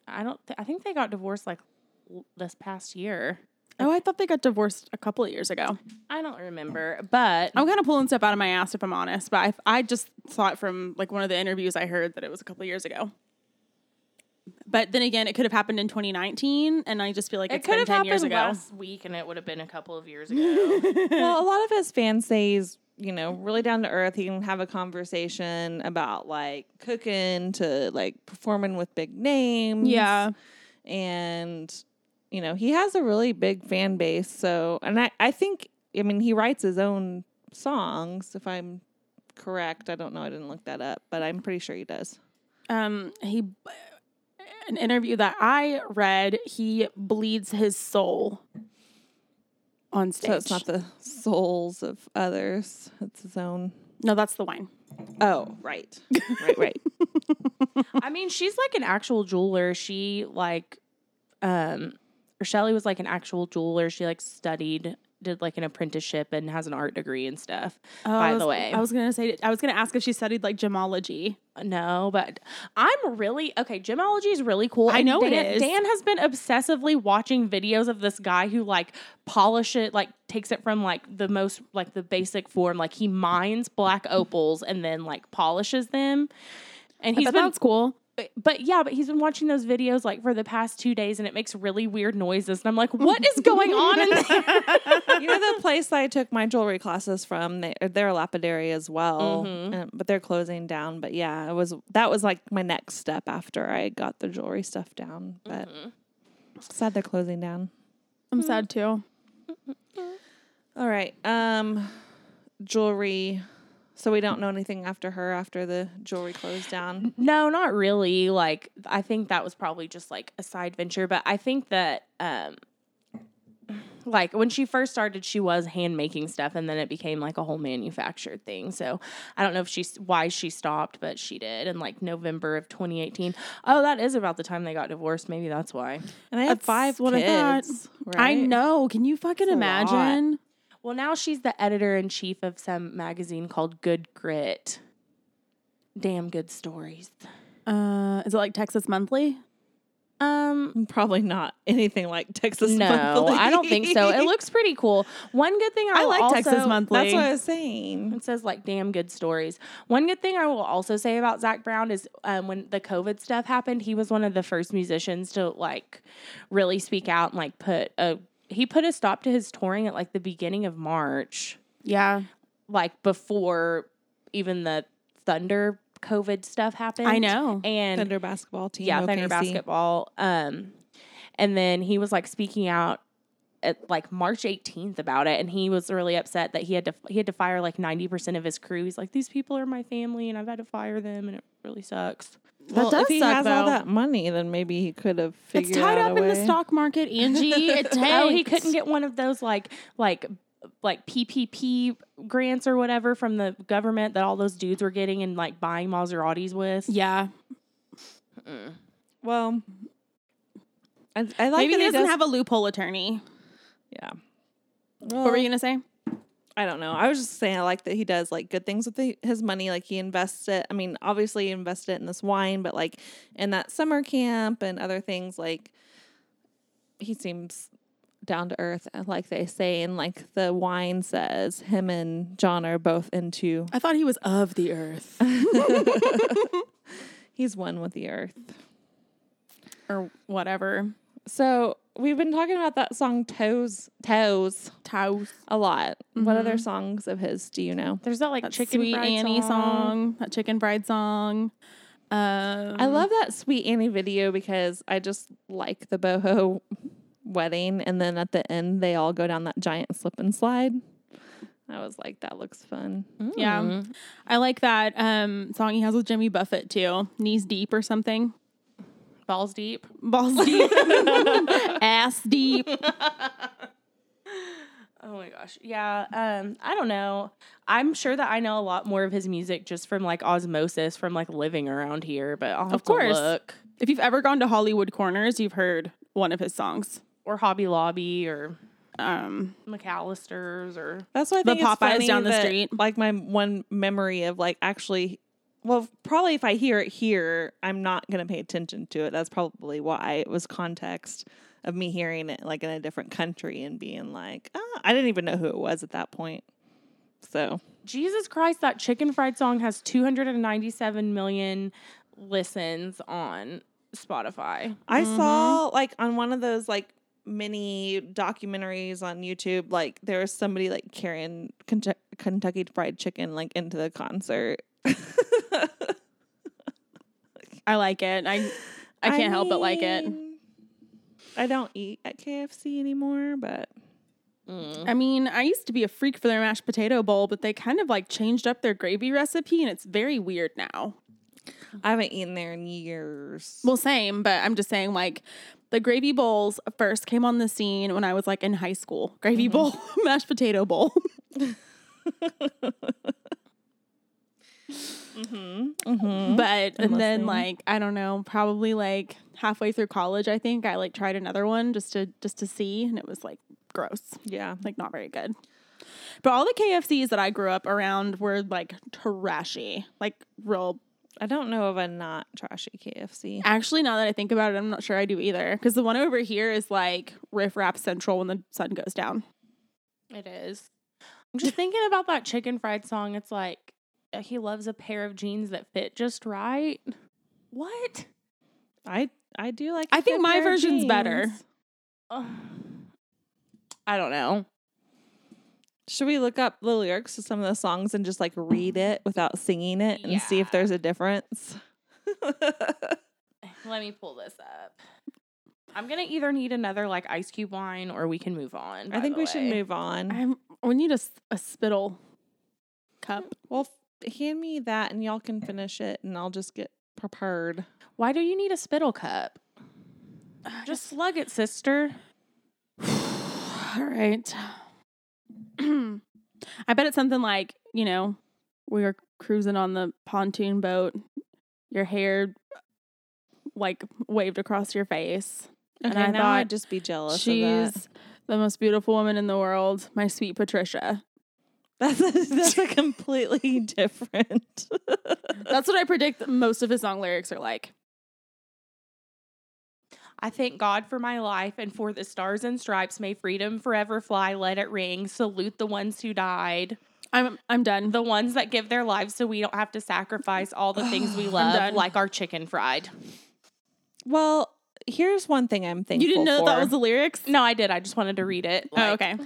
Speaker 3: I don't. Th- I think they got divorced like l- this past year.
Speaker 1: Oh, I thought they got divorced a couple of years ago.
Speaker 3: I don't remember, but
Speaker 1: I'm kind of pulling stuff out of my ass if I'm honest, but I, I just thought from like one of the interviews I heard that it was a couple of years ago. But then again, it could have happened in 2019, and I just feel like
Speaker 3: it
Speaker 1: it's
Speaker 3: could
Speaker 1: been
Speaker 3: have
Speaker 1: 10 years
Speaker 3: happened
Speaker 1: ago.
Speaker 3: last week, and it would have been a couple of years ago.
Speaker 2: well, a lot of his fans say he's, you know, really down to earth. He can have a conversation about like cooking to like performing with big names.
Speaker 1: Yeah.
Speaker 2: And, you know, he has a really big fan base. So, and I, I think, I mean, he writes his own songs, if I'm correct. I don't know. I didn't look that up, but I'm pretty sure he does.
Speaker 1: um he an interview that i read he bleeds his soul on stage
Speaker 2: So it's not the souls of others, it's his own.
Speaker 1: no that's the wine
Speaker 2: Oh, right. right, right.
Speaker 3: I mean, she's like an actual jeweler. She like um or Shelley was like an actual jeweler. She like studied, did like an apprenticeship and has an art degree and stuff. by
Speaker 1: Oh, I was-
Speaker 3: the way.
Speaker 1: i was gonna say i was gonna ask if she studied like gemology
Speaker 3: no, but I'm really okay, gemology is really cool.
Speaker 1: I
Speaker 3: And
Speaker 1: know it
Speaker 3: Dan,
Speaker 1: is.
Speaker 3: Dan has been obsessively watching videos of this guy who like polish it, like takes it from like the most like the basic form. Like he mines black opals and then like polishes them. And he's
Speaker 1: but
Speaker 3: been
Speaker 1: that's cool
Speaker 3: but- but yeah, but he's been watching those videos like for the past two days, and it makes really weird noises. And I'm like, what is going on in there?
Speaker 2: you know the place I took my jewelry classes from. They, they're a lapidary as well, and- but they're closing down. But yeah, it was that was like my next step after I got the jewelry stuff down. But sad they're closing down.
Speaker 1: i'm sad too
Speaker 2: All right, um, jewelry. So we don't know anything after her after the jewelry closed down.
Speaker 3: no, not really. Like, I think that was probably just like a side venture, but I think that, um, like when she first started, she was hand making stuff, and then it became like a whole manufactured thing. So I don't know if she's why she stopped, but she did in like November of 2018. Oh, that is about the time they got divorced. Maybe that's why.
Speaker 2: And they had
Speaker 1: That's
Speaker 2: five
Speaker 1: what I thought.
Speaker 2: kids.
Speaker 1: i
Speaker 2: right?
Speaker 1: know can you fucking
Speaker 2: It's a lot.
Speaker 1: imagine
Speaker 3: Well, now she's the editor in chief of some magazine called Good Grit. Damn good stories.
Speaker 1: uh is it like texas monthly
Speaker 3: Um,
Speaker 2: Probably not anything like Texas.
Speaker 3: no,
Speaker 2: Monthly.
Speaker 3: I don't think so. It looks pretty cool. One good thing I,
Speaker 1: i
Speaker 3: will
Speaker 1: like
Speaker 3: also,
Speaker 1: texas monthly
Speaker 2: That's what I was saying.
Speaker 3: It says like damn good stories. One good thing I will also say about Zach Brown is um, when the COVID stuff happened, he was one of the first musicians to like really speak out and like put a he put a stop to his touring at like the beginning of March.
Speaker 1: yeah
Speaker 3: like before even the Thunder COVID stuff happened.
Speaker 1: I know.
Speaker 3: And
Speaker 2: Thunder basketball team.
Speaker 3: yeah, Thunder
Speaker 2: OKC.
Speaker 3: basketball. Um, and then he was like speaking out at like March 18th about it, and he was really upset that he had to he had to fire like 90 percent of his crew. He's like, these people are my family, and I've had to fire them, and it really sucks.
Speaker 2: Well,
Speaker 1: does
Speaker 2: if he
Speaker 1: suck,
Speaker 2: has all
Speaker 1: though.
Speaker 2: that money, then maybe he could have figured
Speaker 1: It's tied
Speaker 2: out
Speaker 1: up
Speaker 2: a
Speaker 1: in the
Speaker 2: way.
Speaker 1: stock market, Angie. It
Speaker 3: Oh, he
Speaker 1: tanked.
Speaker 3: couldn't get one of those like like like PPP grants or whatever from the government that all those dudes were getting and like buying Maseratis with.
Speaker 1: Yeah,
Speaker 2: Well, I, I like
Speaker 1: maybe
Speaker 2: that
Speaker 1: he
Speaker 2: he
Speaker 1: doesn't
Speaker 2: does-
Speaker 1: have a loophole attorney.
Speaker 2: Yeah.
Speaker 1: what were you gonna say?
Speaker 2: I don't know. I was just saying, I like that he does like good things with the, his money. Like he invests it. I mean, obviously he invested it in this wine, but like in that summer camp and other things. Like he seems down to earth, and like they say, and like the wine says, him and John are both into.
Speaker 1: I thought he was of the earth,
Speaker 2: He's one with the earth.
Speaker 1: or whatever.
Speaker 2: So we've been talking about that song "Toes," "Toes"
Speaker 1: Taos.
Speaker 2: a lot. What other songs of his do you know?
Speaker 3: There's that like
Speaker 1: That
Speaker 3: chicken
Speaker 1: sweet
Speaker 3: fried
Speaker 1: Annie song. that chicken fried song. Um,
Speaker 2: I love that Sweet Annie video because I just like the boho wedding. And then at the end, they all go down that giant slip and slide. I was like, that looks fun.
Speaker 1: Yeah, I like that um, song he has with Jimmy Buffett too. Knees deep or something.
Speaker 3: balls deep.
Speaker 1: Balls deep. Ass deep.
Speaker 3: Oh my gosh. Yeah. Um, I don't know. I'm sure that I know a lot more of his music just from like osmosis from like living around here, but I'll have
Speaker 1: Of
Speaker 3: to
Speaker 1: course.
Speaker 3: look.
Speaker 1: If you've ever gone to Hollywood Corners, you've heard one of his songs.
Speaker 3: Or Hobby Lobby or
Speaker 1: Um,
Speaker 3: McAllister's or
Speaker 2: That's why I
Speaker 1: The
Speaker 2: think it's
Speaker 1: Popeyes
Speaker 2: funny
Speaker 1: down the
Speaker 2: that,
Speaker 1: street.
Speaker 2: Like my one memory of like actually, well, probably if I hear it here, I'm not gonna pay attention to it. That's probably why it was context of me hearing it like in a different country and being like, oh, I didn't even know who it was at that point. So
Speaker 3: Jesus Christ, that chicken fried song has 297 million listens on Spotify.
Speaker 2: I
Speaker 1: Mm-hmm.
Speaker 2: saw like on one of those like mini documentaries on YouTube, like there was somebody like carrying Kentu- Kentucky Fried Chicken like into the concert.
Speaker 1: I like it. I I can't help but like it.
Speaker 2: mean, I don't eat at KFC anymore, but
Speaker 1: I mean, I used to be a freak for their mashed potato bowl, but they kind of like changed up their gravy recipe and it's very weird now.
Speaker 2: I haven't eaten there in years.
Speaker 1: Well, same, but I'm just saying like the gravy bowls first came on the scene when I was like in high school. Gravy bowl, mashed potato bowl. But and then
Speaker 2: listening.
Speaker 1: like I don't know, probably like halfway through college, I think I like tried another one just to just to see, and it was like gross,
Speaker 2: yeah,
Speaker 1: like not very good. But all the KFCs that I grew up around were like trashy, like real.
Speaker 2: I don't know of a not trashy KFC.
Speaker 1: Actually, now that I think about it, I'm not sure I do either. Because the one over here is like riff rap central when the sun goes down.
Speaker 3: It is. I'm just thinking about that chicken fried song. It's like uh, he loves a pair of jeans that fit just right. What?
Speaker 2: I I do like.
Speaker 1: I
Speaker 2: a
Speaker 1: think
Speaker 2: good
Speaker 1: my
Speaker 2: pair of
Speaker 1: version's better.
Speaker 2: jeans.
Speaker 3: Ugh. I don't know.
Speaker 2: Should we look up the lyrics to some of the songs and just like read it without singing it and see if
Speaker 3: Yeah.
Speaker 2: there's a difference?
Speaker 3: Let me pull this up. I'm gonna either need another like ice cube wine or we can move on.
Speaker 2: I
Speaker 3: by
Speaker 2: think
Speaker 3: the
Speaker 2: we should
Speaker 3: way.
Speaker 2: move on.
Speaker 1: I'm, we need a, s- a spittle cup.
Speaker 2: well, f- hand me that and y'all can finish it and I'll just get prepared.
Speaker 3: Why do you need a spittle cup? Just slug it, sister.
Speaker 1: All right. I bet it's something like, you know, we were cruising on the pontoon boat, your hair like waved across your face.
Speaker 2: Okay,
Speaker 1: I
Speaker 2: now I'd
Speaker 1: thought
Speaker 2: just be jealous. of that.
Speaker 1: She's the most beautiful woman in the world, my sweet Patricia.
Speaker 2: That's a, that's a completely different.
Speaker 1: That's what I predict that most of his song lyrics are like.
Speaker 3: I thank God for my life and for the stars and stripes. May freedom forever fly. Let it ring. Salute the ones who died,
Speaker 1: I'm I'm done.
Speaker 3: the ones that give their lives so we don't have to sacrifice all the things we love,
Speaker 1: done.
Speaker 3: like our chicken fried.
Speaker 2: well, here's one thing I'm thankful.
Speaker 1: You didn't know that, that
Speaker 2: for.
Speaker 1: was the lyrics?
Speaker 3: No, I did. I just wanted to read it.
Speaker 1: Oh,
Speaker 3: like-
Speaker 1: okay.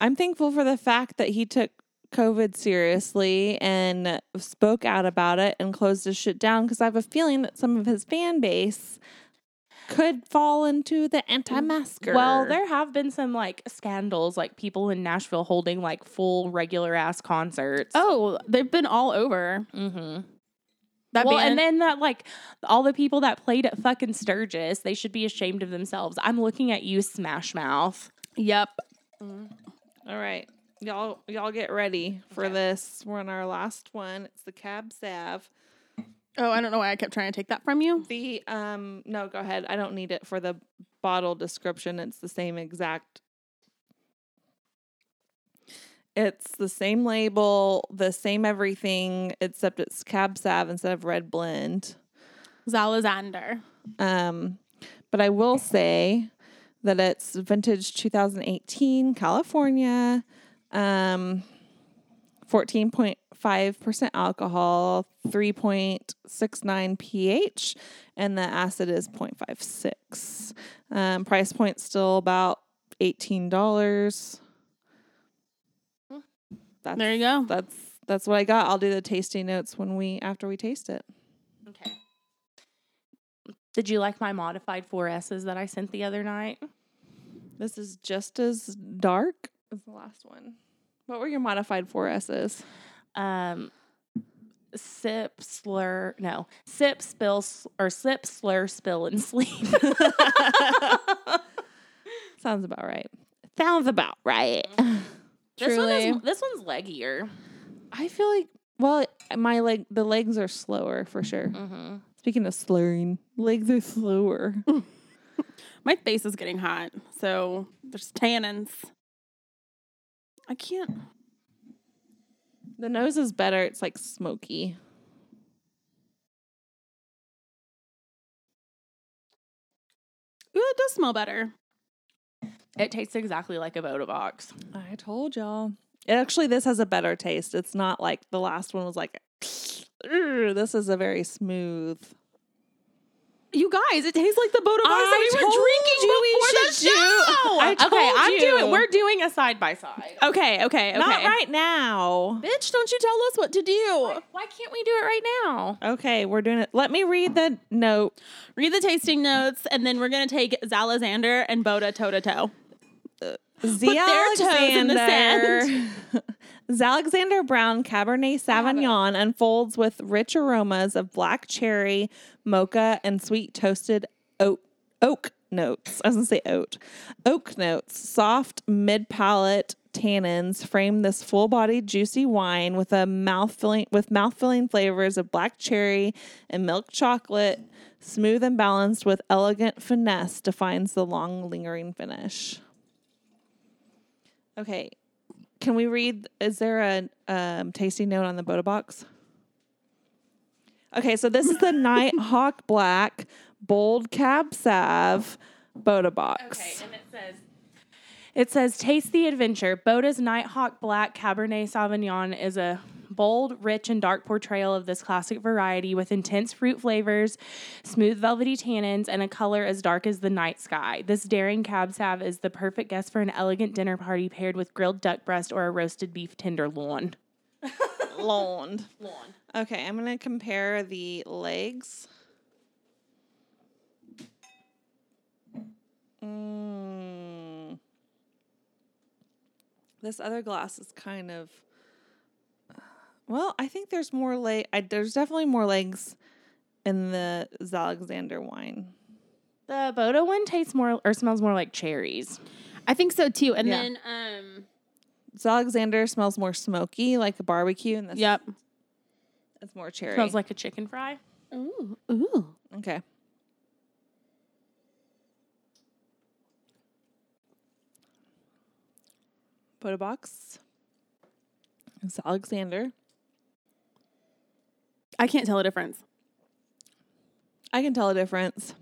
Speaker 2: I'm thankful for the fact that he took COVID seriously and spoke out about it and closed his shit down because I have a feeling that some of his fan base could fall into
Speaker 1: Mm,
Speaker 2: the anti-masker.
Speaker 3: Well, there have been some like scandals, like people in Nashville holding like full regular ass concerts.
Speaker 1: Oh, they've been all over.
Speaker 3: Mm-hmm.
Speaker 1: That
Speaker 3: well,
Speaker 1: band,
Speaker 3: and then that like all the people that played at fucking Sturgis, they should be ashamed of themselves. I'm looking at you, Smash Mouth.
Speaker 1: yep.
Speaker 2: All right. Y'all y'all get ready for this. We're on our last one. It's the cab sav.
Speaker 1: Oh, I don't know why I kept trying to take that from you.
Speaker 2: The um no, go ahead. I don't need it for the bottle description. It's the same exact It's the same label, the same everything, except it's cab sav instead of red blend.
Speaker 1: Zalazander.
Speaker 2: Um, but I will say that it's vintage 2018 California, um, 14.5% alcohol, 3.69 pH, and the acid is 0.56. Um, price point still about $18. That's,
Speaker 1: Hmm. There you go.
Speaker 2: That's that's what I got. I'll do the tasting notes when we after we taste it.
Speaker 3: Okay. Did you like my modified four S's that I sent the other night?
Speaker 2: This is just as dark as the last one. What were your modified 4S's?
Speaker 3: Um, sip, slur, no, sip, spill, s- or sip, slur, spill, and sleep.
Speaker 2: Sounds about right. Sounds about right.
Speaker 3: This one
Speaker 2: Truly.
Speaker 3: is, this one's leggier.
Speaker 2: I feel like, well, my leg, the legs are slower for sure.
Speaker 3: Mm-hmm.
Speaker 2: Speaking of slurring, legs are slower.
Speaker 1: My face is getting hot, so there's tannins. I can't.
Speaker 2: the nose is better. It's like smoky.
Speaker 1: Ooh, it does smell better.
Speaker 3: It tastes exactly like a Voda box.
Speaker 2: I told y'all. Actually, this has a better taste. It's not like the last one was like, "Ugh," this is a very smooth.
Speaker 1: You guys, it tastes like the Boda box that
Speaker 2: I
Speaker 1: we were
Speaker 2: told
Speaker 1: drinking
Speaker 2: you we
Speaker 1: before the
Speaker 2: should do-
Speaker 1: show.
Speaker 2: I
Speaker 3: okay,
Speaker 2: told
Speaker 3: I'm
Speaker 2: you.
Speaker 3: doing. We're doing a side by side.
Speaker 1: okay, okay, okay.
Speaker 2: Not right now.
Speaker 1: Bitch, don't you tell us what to do.
Speaker 3: Why can't we do it right now?
Speaker 2: Okay, we're doing it. Let me read the note.
Speaker 1: Read the tasting notes, and then we're gonna take Zalazander and Boda toe to toe.
Speaker 2: Z.
Speaker 1: their toes in the
Speaker 2: Alexander. Zalexander Brown Cabernet Sauvignon unfolds with rich aromas of black cherry, mocha, and sweet toasted oat, oak notes. I was gonna say oat. Oak notes, soft mid palate tannins frame this full-bodied juicy wine with a mouth-filling with mouth-filling flavors of black cherry and milk chocolate smooth and balanced with elegant finesse defines the long lingering finish Okay. Can we read? Is there a um, tasting note on the Boda box? Okay, so this is the Nighthawk Black Bold Cab Sav Boda box.
Speaker 3: and it says. It says, taste the adventure. Boda's Nighthawk Black Cabernet Sauvignon is a bold, rich, and dark portrayal of this classic variety with intense fruit flavors, smooth, velvety tannins, and a color as dark as the night sky. This daring cab sav is the perfect guest for an elegant dinner party paired with grilled duck breast or a roasted beef tenderloin.
Speaker 2: Blonde.
Speaker 3: Lawn.
Speaker 2: Okay, I'm gonna compare the legs. Mm. This other glass is kind of. Well, I think there's more leg. I, there's definitely more legs in the Zalexander wine.
Speaker 3: The Boda one tastes more or smells more like cherries.
Speaker 1: I think so too. And
Speaker 2: Yeah.
Speaker 1: then, um,
Speaker 2: Zalexander smells more smoky, like a barbecue, and this
Speaker 1: yep.
Speaker 2: it's more cherry.
Speaker 3: Smells like a chicken fry.
Speaker 1: Ooh, ooh.
Speaker 2: Okay. Put a box. It's Alexander.
Speaker 1: I can't tell a difference.
Speaker 2: I can tell a difference.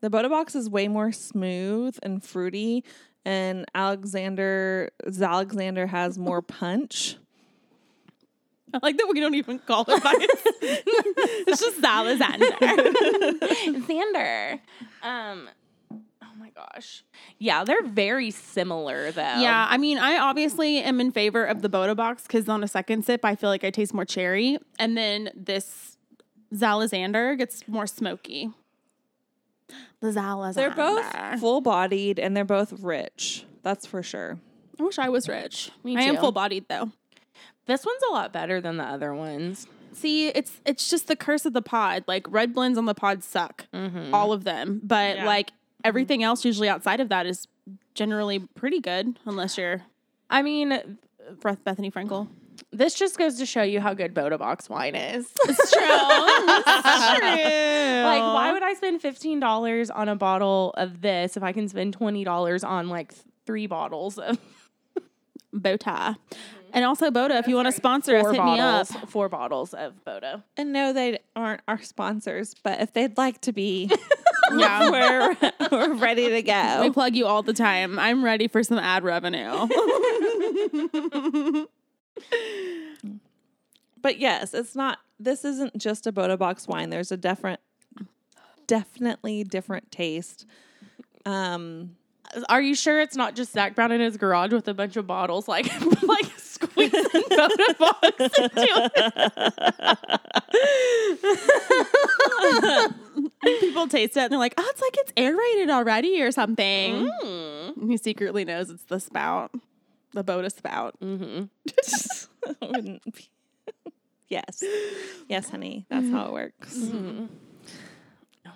Speaker 2: The Boda box is way more smooth and fruity, and Alexander Alexander has more punch.
Speaker 1: I like that we don't even call it by its- It's just Zalazander.
Speaker 3: Xander. Um, oh my gosh. gosh. Yeah, they're very similar though.
Speaker 1: Yeah, I mean, I obviously am in favor of the Boda box because on a second sip, I feel like I taste more cherry, and then this Zalazander gets more smoky. The Zalazander.
Speaker 2: They're both full bodied and they're both rich. That's for sure.
Speaker 1: I wish I was rich.
Speaker 3: Me
Speaker 1: I am
Speaker 3: too.
Speaker 1: full bodied though.
Speaker 3: This one's a lot better than the other ones.
Speaker 1: See, it's it's just the curse of the pod. Like red blends on the pod suck,
Speaker 3: Mm-hmm.
Speaker 1: all of them. But
Speaker 2: Yeah.
Speaker 1: like everything else, usually outside of that, is generally pretty good, unless you're
Speaker 3: I mean,
Speaker 1: Beth- Bethany Frankel.
Speaker 3: this just goes to show you how good Boda Box wine is.
Speaker 1: It's true. it's true.
Speaker 3: like, why would I spend fifteen dollars on a bottle of this if I can spend twenty dollars on like th- three bottles of
Speaker 1: Bota. And also Boda, if you want to sponsor us,
Speaker 3: four
Speaker 1: hit
Speaker 3: bottles,
Speaker 1: me up.
Speaker 3: four bottles of Boda?
Speaker 2: And no, they aren't our sponsors, but if they'd like to be,
Speaker 1: Yeah.
Speaker 2: we're, we're ready to
Speaker 1: We
Speaker 2: go.
Speaker 1: plug you all the time. I'm ready for some ad revenue.
Speaker 2: But yes, it's not, this isn't just a Boda Box wine. There's a different, definitely different taste. Um,
Speaker 3: Are you sure it's not just Zach Brown in his garage with a bunch of bottles, like like squeezing Boda Box into it?
Speaker 1: People taste it and they're like, oh, it's like it's aerated already or something.
Speaker 3: Mm.
Speaker 1: And He secretly knows it's the spout, the Boda spout.
Speaker 2: wouldn't be- yes. Yes, honey. That's how it works.
Speaker 3: Oh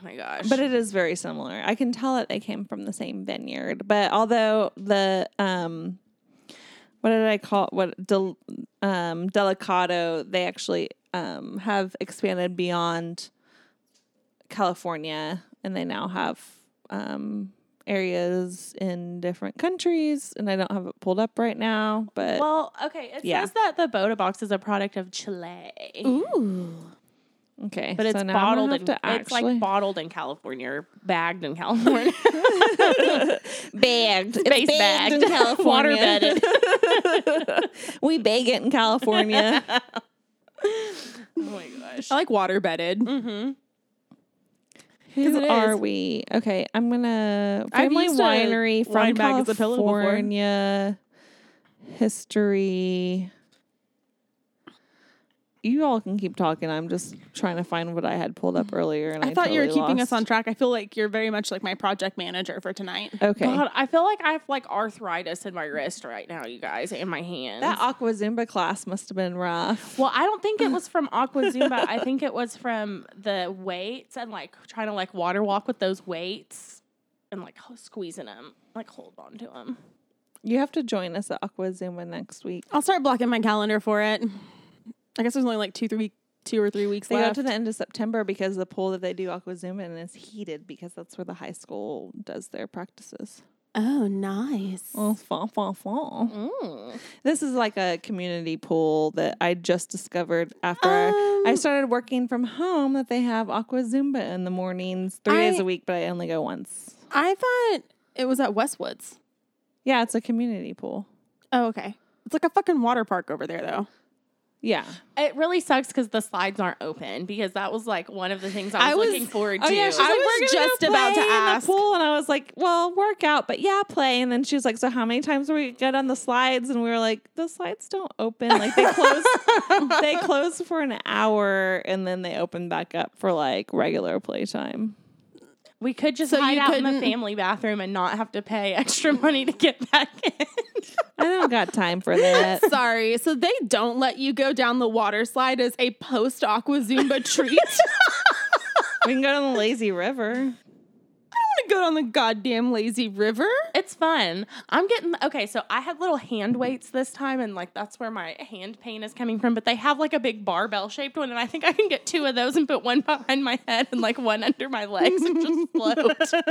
Speaker 3: my gosh!
Speaker 2: But it is very similar. I can tell that they came from the same vineyard. But although the um what did I call it? What del, um delicato, they actually um have expanded beyond California and they now have um areas in different countries and I don't have it pulled up right now, but
Speaker 3: well, okay, it
Speaker 2: Yeah.
Speaker 3: says that the Boda Box is a product of Chile,
Speaker 2: okay.
Speaker 3: but
Speaker 2: so
Speaker 3: it's
Speaker 2: now I'm gonna
Speaker 3: bottled
Speaker 2: have
Speaker 3: in
Speaker 2: to
Speaker 3: it's like
Speaker 2: actually-
Speaker 3: bottled in California, or bagged in California.
Speaker 2: bagged. It's
Speaker 3: Space
Speaker 2: bagged, in
Speaker 3: bagged.
Speaker 2: California.
Speaker 3: Water-bedded.
Speaker 2: we bag it in California.
Speaker 3: oh my gosh!
Speaker 1: I like water bedded.
Speaker 2: Who
Speaker 1: Mm-hmm. it
Speaker 2: are
Speaker 1: is.
Speaker 2: we? Okay, I'm gonna
Speaker 1: I've
Speaker 2: family
Speaker 1: used a
Speaker 2: winery from
Speaker 1: wine bag as a pillow before.
Speaker 2: California history. You all can keep talking. I'm just trying to find what I had pulled up earlier, and I,
Speaker 1: I, thought you were
Speaker 2: totally
Speaker 1: keeping us
Speaker 2: lost.
Speaker 1: on track. I feel like you're very much like my project manager for tonight.
Speaker 2: Okay,
Speaker 3: God, I feel like I have like arthritis in my wrist right now, you guys, and my hands.
Speaker 2: that Aqua Zumba class must have been rough.
Speaker 3: well, I don't think it was from Aqua Zumba. I think it was from the weights and like trying to like water walk with those weights and like h- squeezing them, like hold on to them.
Speaker 2: You have to join us at Aqua Zumba next week.
Speaker 1: I'll start blocking my calendar for it. I guess there's only like two, three, two or three weeks
Speaker 2: They
Speaker 1: left.
Speaker 2: go to the end of September because the pool that they do Aqua Zumba in is heated because that's where the high school does their practices.
Speaker 1: oh, nice.
Speaker 2: Oh, fa, fa, fa.
Speaker 3: Mm.
Speaker 2: This is like a community pool that I just discovered after I
Speaker 1: Um,
Speaker 2: started working from home that they have Aqua Zumba in the mornings three days
Speaker 1: I-
Speaker 2: a week, but I only go once.
Speaker 1: I thought it was at Westwoods.
Speaker 2: Yeah, it's a community pool.
Speaker 1: Oh, okay. It's like a fucking water park over there, though.
Speaker 2: Yeah.
Speaker 3: It really sucks because the slides aren't open because that was like one of the things
Speaker 1: I
Speaker 3: I was,
Speaker 1: was-
Speaker 3: looking forward
Speaker 2: Oh
Speaker 3: to.
Speaker 2: yeah, she's
Speaker 1: I
Speaker 2: like,
Speaker 1: was
Speaker 2: "We're gonna go
Speaker 1: just about to
Speaker 2: play in the
Speaker 1: ask."
Speaker 2: pool, and I was like, "Well, work out, but yeah, play." And then she was like, "So how many times were we good on the slides?" And we were like, "The slides don't open. Like they close, they close for an hour, and then they open back up for like regular playtime."
Speaker 3: we could just
Speaker 1: So
Speaker 3: hide
Speaker 1: you
Speaker 3: out in the
Speaker 1: couldn't-
Speaker 3: family bathroom and not have to pay extra money to get back in.
Speaker 2: I don't got time for that.
Speaker 1: Sorry. So they don't let you go down the water slide as a post aqua Zumba treat.
Speaker 2: we can go to the lazy river.
Speaker 1: I'm gonna go down the goddamn lazy river.
Speaker 3: It's fun. I'm getting okay. So I had little hand weights this time, and like that's where my hand pain is coming from. But they have like a big barbell shaped one, and I think I can get two of those and put one behind my head and like one under my legs and just float.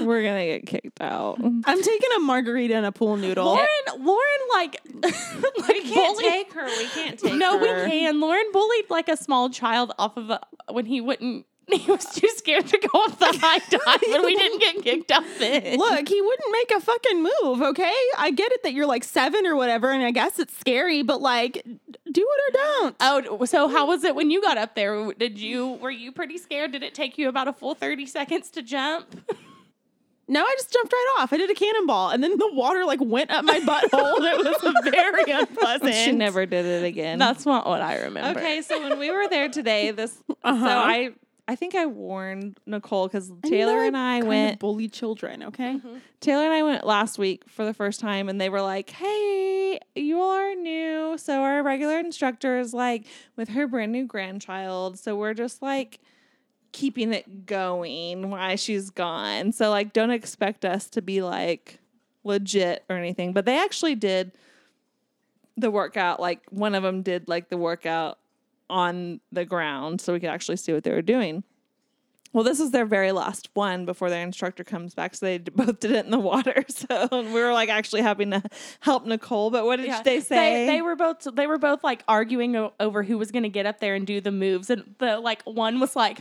Speaker 2: We're gonna get kicked out.
Speaker 1: I'm taking a margarita and a pool noodle.
Speaker 3: Lauren, Lauren, like, like we can't
Speaker 2: take her. We can't take
Speaker 3: No, we can. Lauren bullied like a small child off of a, when he wouldn't. He was too scared to go off the high dive, and we didn't get kicked out then.
Speaker 1: Look, he wouldn't make a fucking move, okay? I get it that you're like seven or whatever, and I guess it's scary, but like, do it or don't.
Speaker 3: Oh, so how was it when you got up there? Did you were you pretty scared? Did it take you about a full thirty seconds to jump?
Speaker 1: No, I just jumped right off. I did a cannonball, and then the water like went up my butthole. and it was very unpleasant.
Speaker 2: She never did it again.
Speaker 3: That's not what I remember.
Speaker 2: Okay, so when we were there today, this
Speaker 1: Uh-huh.
Speaker 2: so I I think I warned Nicole because
Speaker 1: I know
Speaker 2: Taylor and I
Speaker 1: kind of
Speaker 2: went
Speaker 1: bully children. Okay,
Speaker 2: Taylor and I went last week for the first time, and they were like, "Hey, you all are new, so our regular instructor is like with her brand new grandchild, so we're just like." keeping it going while she's gone. So like don't expect us to be like legit or anything. But they actually did the workout like one of them did like the workout on the ground so we could actually see what they were doing. Well, this is their very last one before their instructor comes back. So they d- both did it in the water. So we were like actually having to help Nicole. But what did
Speaker 3: Yeah.
Speaker 2: they say?
Speaker 3: They, were both they were both like arguing o- over who was going to get up there and do the moves and the like one was like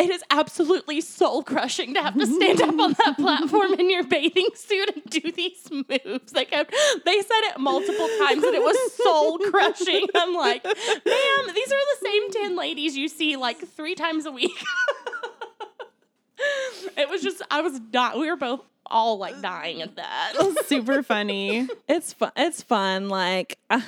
Speaker 3: it is absolutely soul crushing to have to stand up on that platform in your bathing suit and do these moves. Like I- they said it multiple times and it was soul crushing. I'm like, ma'am, these are the same ten ladies you see like three times a week. it was just I was not. We were both all like dying at that.
Speaker 1: super funny.
Speaker 2: it's fun. It's fun. Like uh,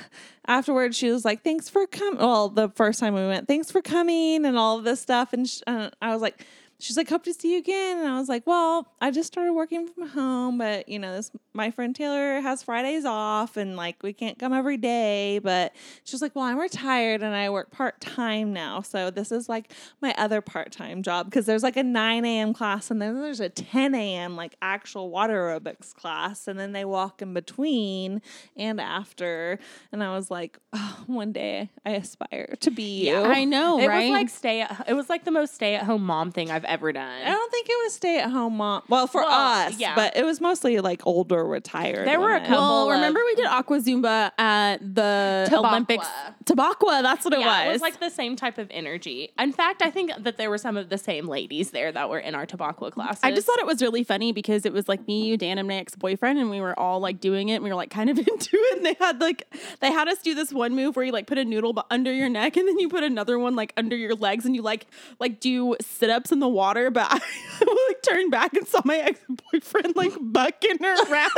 Speaker 2: afterwards, she was like, "Thanks for coming." Well, the first time we went, "Thanks for coming" and all of this stuff. And sh- uh, I was like, "She's like, hope to see you again." And I was like, "Well, I just started working from home, but you know, this my friend Taylor has Fridays off, and like we can't come every day." But she was like, "Well, I'm retired and I work part time now, so this is like my other part time job because there's like a 9 a.m. class and then there's a 10 a.m. like actual water aerobics class, and then they walk in between and after." And I was like, oh, "One day I aspire to be you."
Speaker 1: I know,
Speaker 3: It
Speaker 1: right?
Speaker 3: was like stay. At, it was like the most stay at home mom thing I've ever done.
Speaker 2: I don't think it was stay at home mom. Well, for
Speaker 3: Well,
Speaker 2: us,
Speaker 3: yeah.
Speaker 2: but it was mostly like older retired.
Speaker 3: There were a
Speaker 2: women.
Speaker 3: couple-
Speaker 1: well,
Speaker 3: of-
Speaker 1: remember we did aqua zumba at the
Speaker 3: Tabaqua.
Speaker 1: Olympics. Tabaqua, that's what it
Speaker 3: yeah,
Speaker 1: was.
Speaker 3: it was like the same type of energy. In fact, I think that there were some of the same ladies there that were in our tobacco classes.
Speaker 1: I just thought it was really funny because it was like me, you, Dan, and my ex-boyfriend, and we were all like doing it. And we were like kind of into it. And they had like they had us do this one move where you like put a noodle bu- under your neck, and then you put another one like under your legs, and you like like do sit-ups in the water. But I like turned back and saw my ex-boyfriend like bucking her around,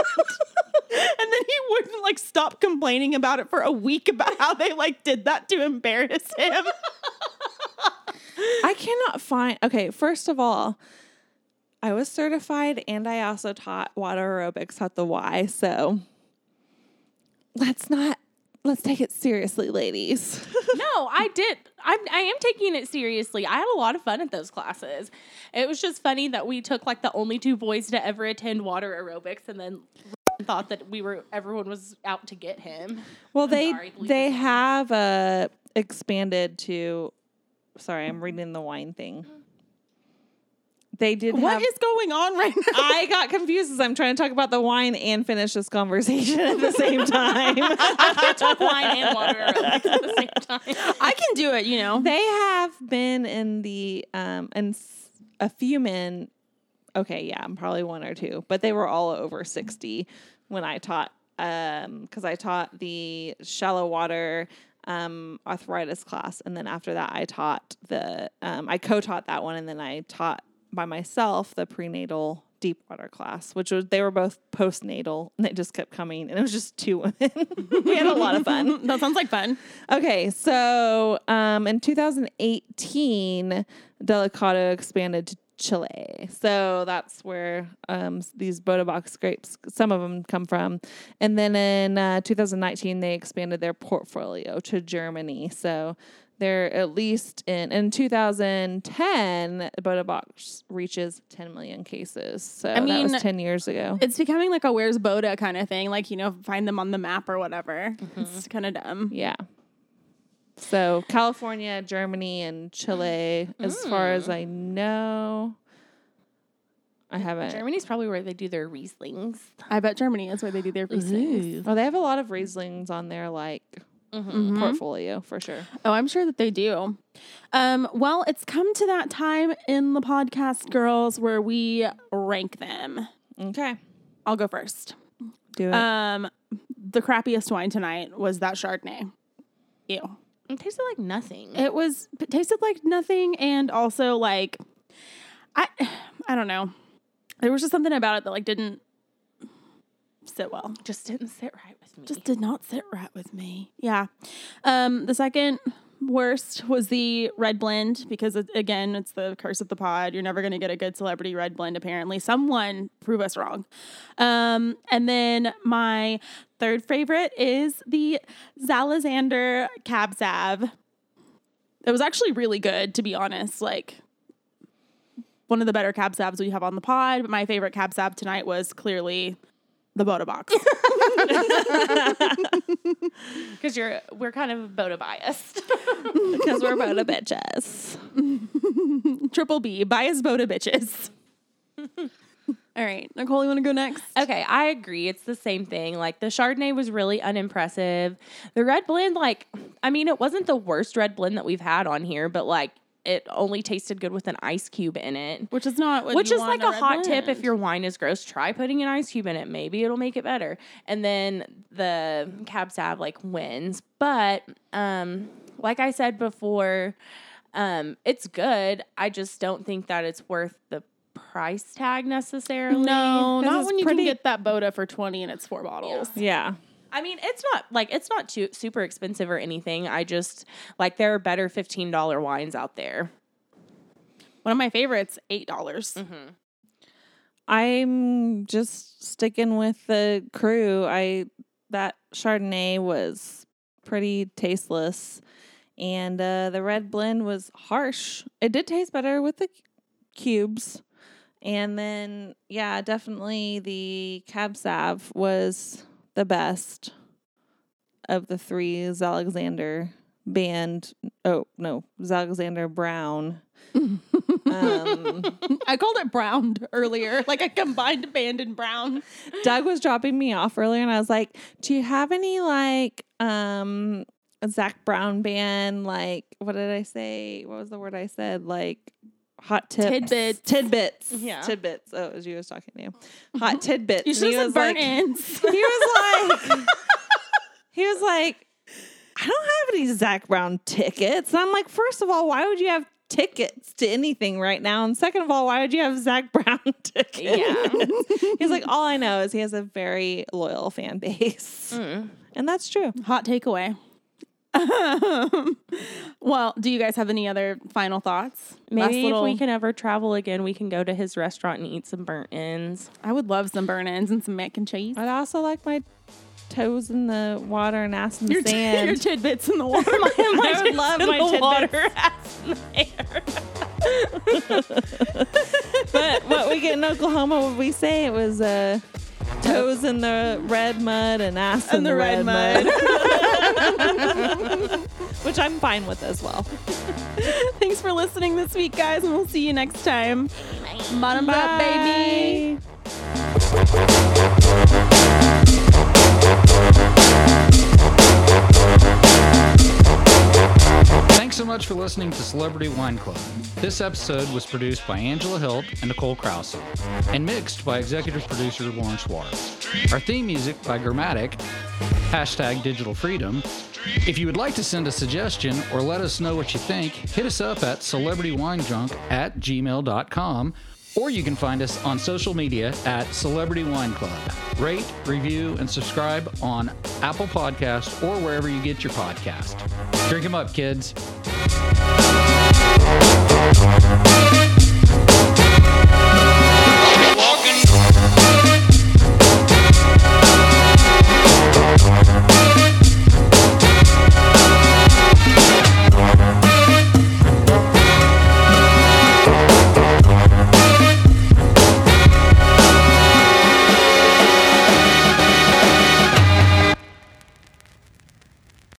Speaker 1: and then he wouldn't like stop complaining about it for a week about how they like did that to embarrass him.
Speaker 2: I cannot find. Okay, first of all, I was certified and I also taught water aerobics at the Y. So let's not let's take it seriously, ladies.
Speaker 3: no, I did. I'm, I am taking it seriously. I had a lot of fun at those classes. It was just funny that we took like the only two boys to ever attend water aerobics, and then thought that we were everyone was out to get him.
Speaker 2: Well, they
Speaker 3: sorry, bleep
Speaker 2: they
Speaker 3: this out.
Speaker 2: have uh, expanded to. Sorry, I'm reading the wine thing. They did.
Speaker 1: What
Speaker 2: have-
Speaker 1: is going on right now?
Speaker 2: I got confused as I'm trying to talk about the wine and finish this conversation at the same time.
Speaker 3: I can't talk wine and water aerobics at the same time.
Speaker 1: I can do it, you know.
Speaker 2: they have been in the um and s- a few men okay yeah i'm probably one or two but they were all over 60 when i taught um because i taught the shallow water um arthritis class and then after that i taught the um i co-taught that one and then i taught by myself the prenatal deep water class which was they were both postnatal and they just kept coming and it was just two women we had a lot of fun
Speaker 1: That sounds like fun.
Speaker 2: Okay, so um, in 2018, Delicado expanded to Chile. So that's where um, s- these Botobox grapes, some of them come from. And then in uh, 2019, they expanded their portfolio to Germany. So they're at least in, in 2010, Botobox reaches 10 million cases. So I mean, that
Speaker 1: mean,
Speaker 2: was 10 years ago.
Speaker 1: It's becoming like a where's Boda kind of thing, like you know, find them on the map or whatever. It's kind of dumb.
Speaker 2: Yeah. So California, Germany, and Chile, as far as I know, I haven't.
Speaker 3: Germany's probably where they do their Rieslings.
Speaker 1: I bet Germany is where they do their Rieslings.
Speaker 2: Oh, they have a lot of Rieslings on their like portfolio for sure.
Speaker 1: Oh, I'm sure that they do. Um, well, it's come to that time in the podcast, girls, where we rank them.
Speaker 2: Okay,
Speaker 1: I'll go first.
Speaker 2: do it.
Speaker 1: Um, the crappiest wine tonight was that Chardonnay. Ew.
Speaker 3: It tasted like nothing.
Speaker 1: It was it tasted like nothing, and also like I, I don't know. There was just something about it that like didn't sit well.
Speaker 3: Just didn't sit right with me.
Speaker 1: Just did not sit right with me. Yeah. Um, the second worst was the red blend because it, again, it's the curse of the pod. You're never going to get a good celebrity red blend. Apparently, someone prove us wrong. Um, and then my third favorite is the Zalazander Cab Sav. It was actually really good, to be honest. Like one of the better cab sabs we have on the pod, but my favorite cab sab tonight was clearly the Boda box.
Speaker 3: Because you're we're kind of Boda biased.
Speaker 2: because we're about a bitches.
Speaker 1: Triple B, bias Boda bitches. All right, Nicole, you want to go next?
Speaker 3: okay, I agree. It's the same thing. Like the Chardonnay was really unimpressive. The red blend, like, I mean, it wasn't the worst red blend that we've had on here, but like it only tasted good with an ice cube in it.
Speaker 1: Which is not what
Speaker 3: Which
Speaker 1: you
Speaker 3: is
Speaker 1: want
Speaker 3: like
Speaker 1: in
Speaker 3: a hot
Speaker 1: red
Speaker 3: tip if
Speaker 1: blend.
Speaker 3: your wine is gross. Try putting an ice cube in it. Maybe it'll make it better. And then the cab sav like wins. But um, like I said before, um, it's good. I just don't think that it's worth the price tag necessarily.
Speaker 1: No,
Speaker 2: This
Speaker 1: not
Speaker 2: is
Speaker 1: when you
Speaker 2: pretty-
Speaker 1: can get that Boda for twenty and it's four bottles.
Speaker 2: Yeah.
Speaker 3: I mean, it's not like it's not too super expensive or anything. I just like there are better fifteen dollar wines out there.
Speaker 1: One of my favorites, eight dollars.
Speaker 2: I'm just sticking with the crew. I that Chardonnay was pretty tasteless, and uh, the red blend was harsh. It did taste better with the cu- cubes, and then yeah, definitely the Cab Sav was the best of the three. Alexander Band, oh no, Alexander Brown. um,
Speaker 1: I called it brown earlier, like I combined band and brown.
Speaker 2: Doug was dropping me off earlier and I was like, Do you have any like um Zach Brown band like what did I say? What was the word I said? Like hot tips.
Speaker 1: Tidbits.
Speaker 2: Tidbits.
Speaker 3: Yeah.
Speaker 2: Tidbits. Oh, it was you I was talking to you. Hot tidbits.
Speaker 1: You
Speaker 2: And
Speaker 1: should
Speaker 2: he
Speaker 1: have
Speaker 2: was
Speaker 1: said burnt
Speaker 2: like-
Speaker 1: ends.
Speaker 2: He was like He was like, I don't have any Zach Brown tickets. And I'm like, first of all, why would you have tickets to anything right now? And second of all, why would you have Zach Brown tickets?
Speaker 3: Yeah.
Speaker 2: He's like, all I know is he has a very loyal fan base.
Speaker 1: Mm.
Speaker 2: And that's true.
Speaker 1: Hot takeaway. well, do you guys have any other final thoughts? Last
Speaker 3: Maybe
Speaker 1: little-
Speaker 3: if we can ever travel again, we can go to his restaurant and eat some burnt ends.
Speaker 1: I would love some burnt ends and some mac and cheese.
Speaker 2: I'd also like my toes in the water and ass in the
Speaker 1: Your,
Speaker 2: sand.
Speaker 1: your tidbits in the water.
Speaker 2: I would love my tidbits. but what we get in Oklahoma, what we say it was uh, toes in the red mud and ass in,
Speaker 1: And the red mud.
Speaker 2: which I'm fine with as well.
Speaker 1: Thanks for listening this week, guys, and we'll see you next time. Bottoms up, baby.
Speaker 2: Bye.
Speaker 4: Thanks so much for listening to Celebrity Wine Club. This episode was produced by Angela Hilt and Nicole Krause and mixed by executive producer Lawrence Suarez. Our theme music by Grammatic, hashtag digital freedom. If you would like to send a suggestion or let us know what you think, hit us up at celebritywinejunk at gmail.com or you can find us on social media at Celebrity Wine Club. Rate, review, and subscribe on Apple Podcasts or wherever you get your podcast. Drink 'em up, kids.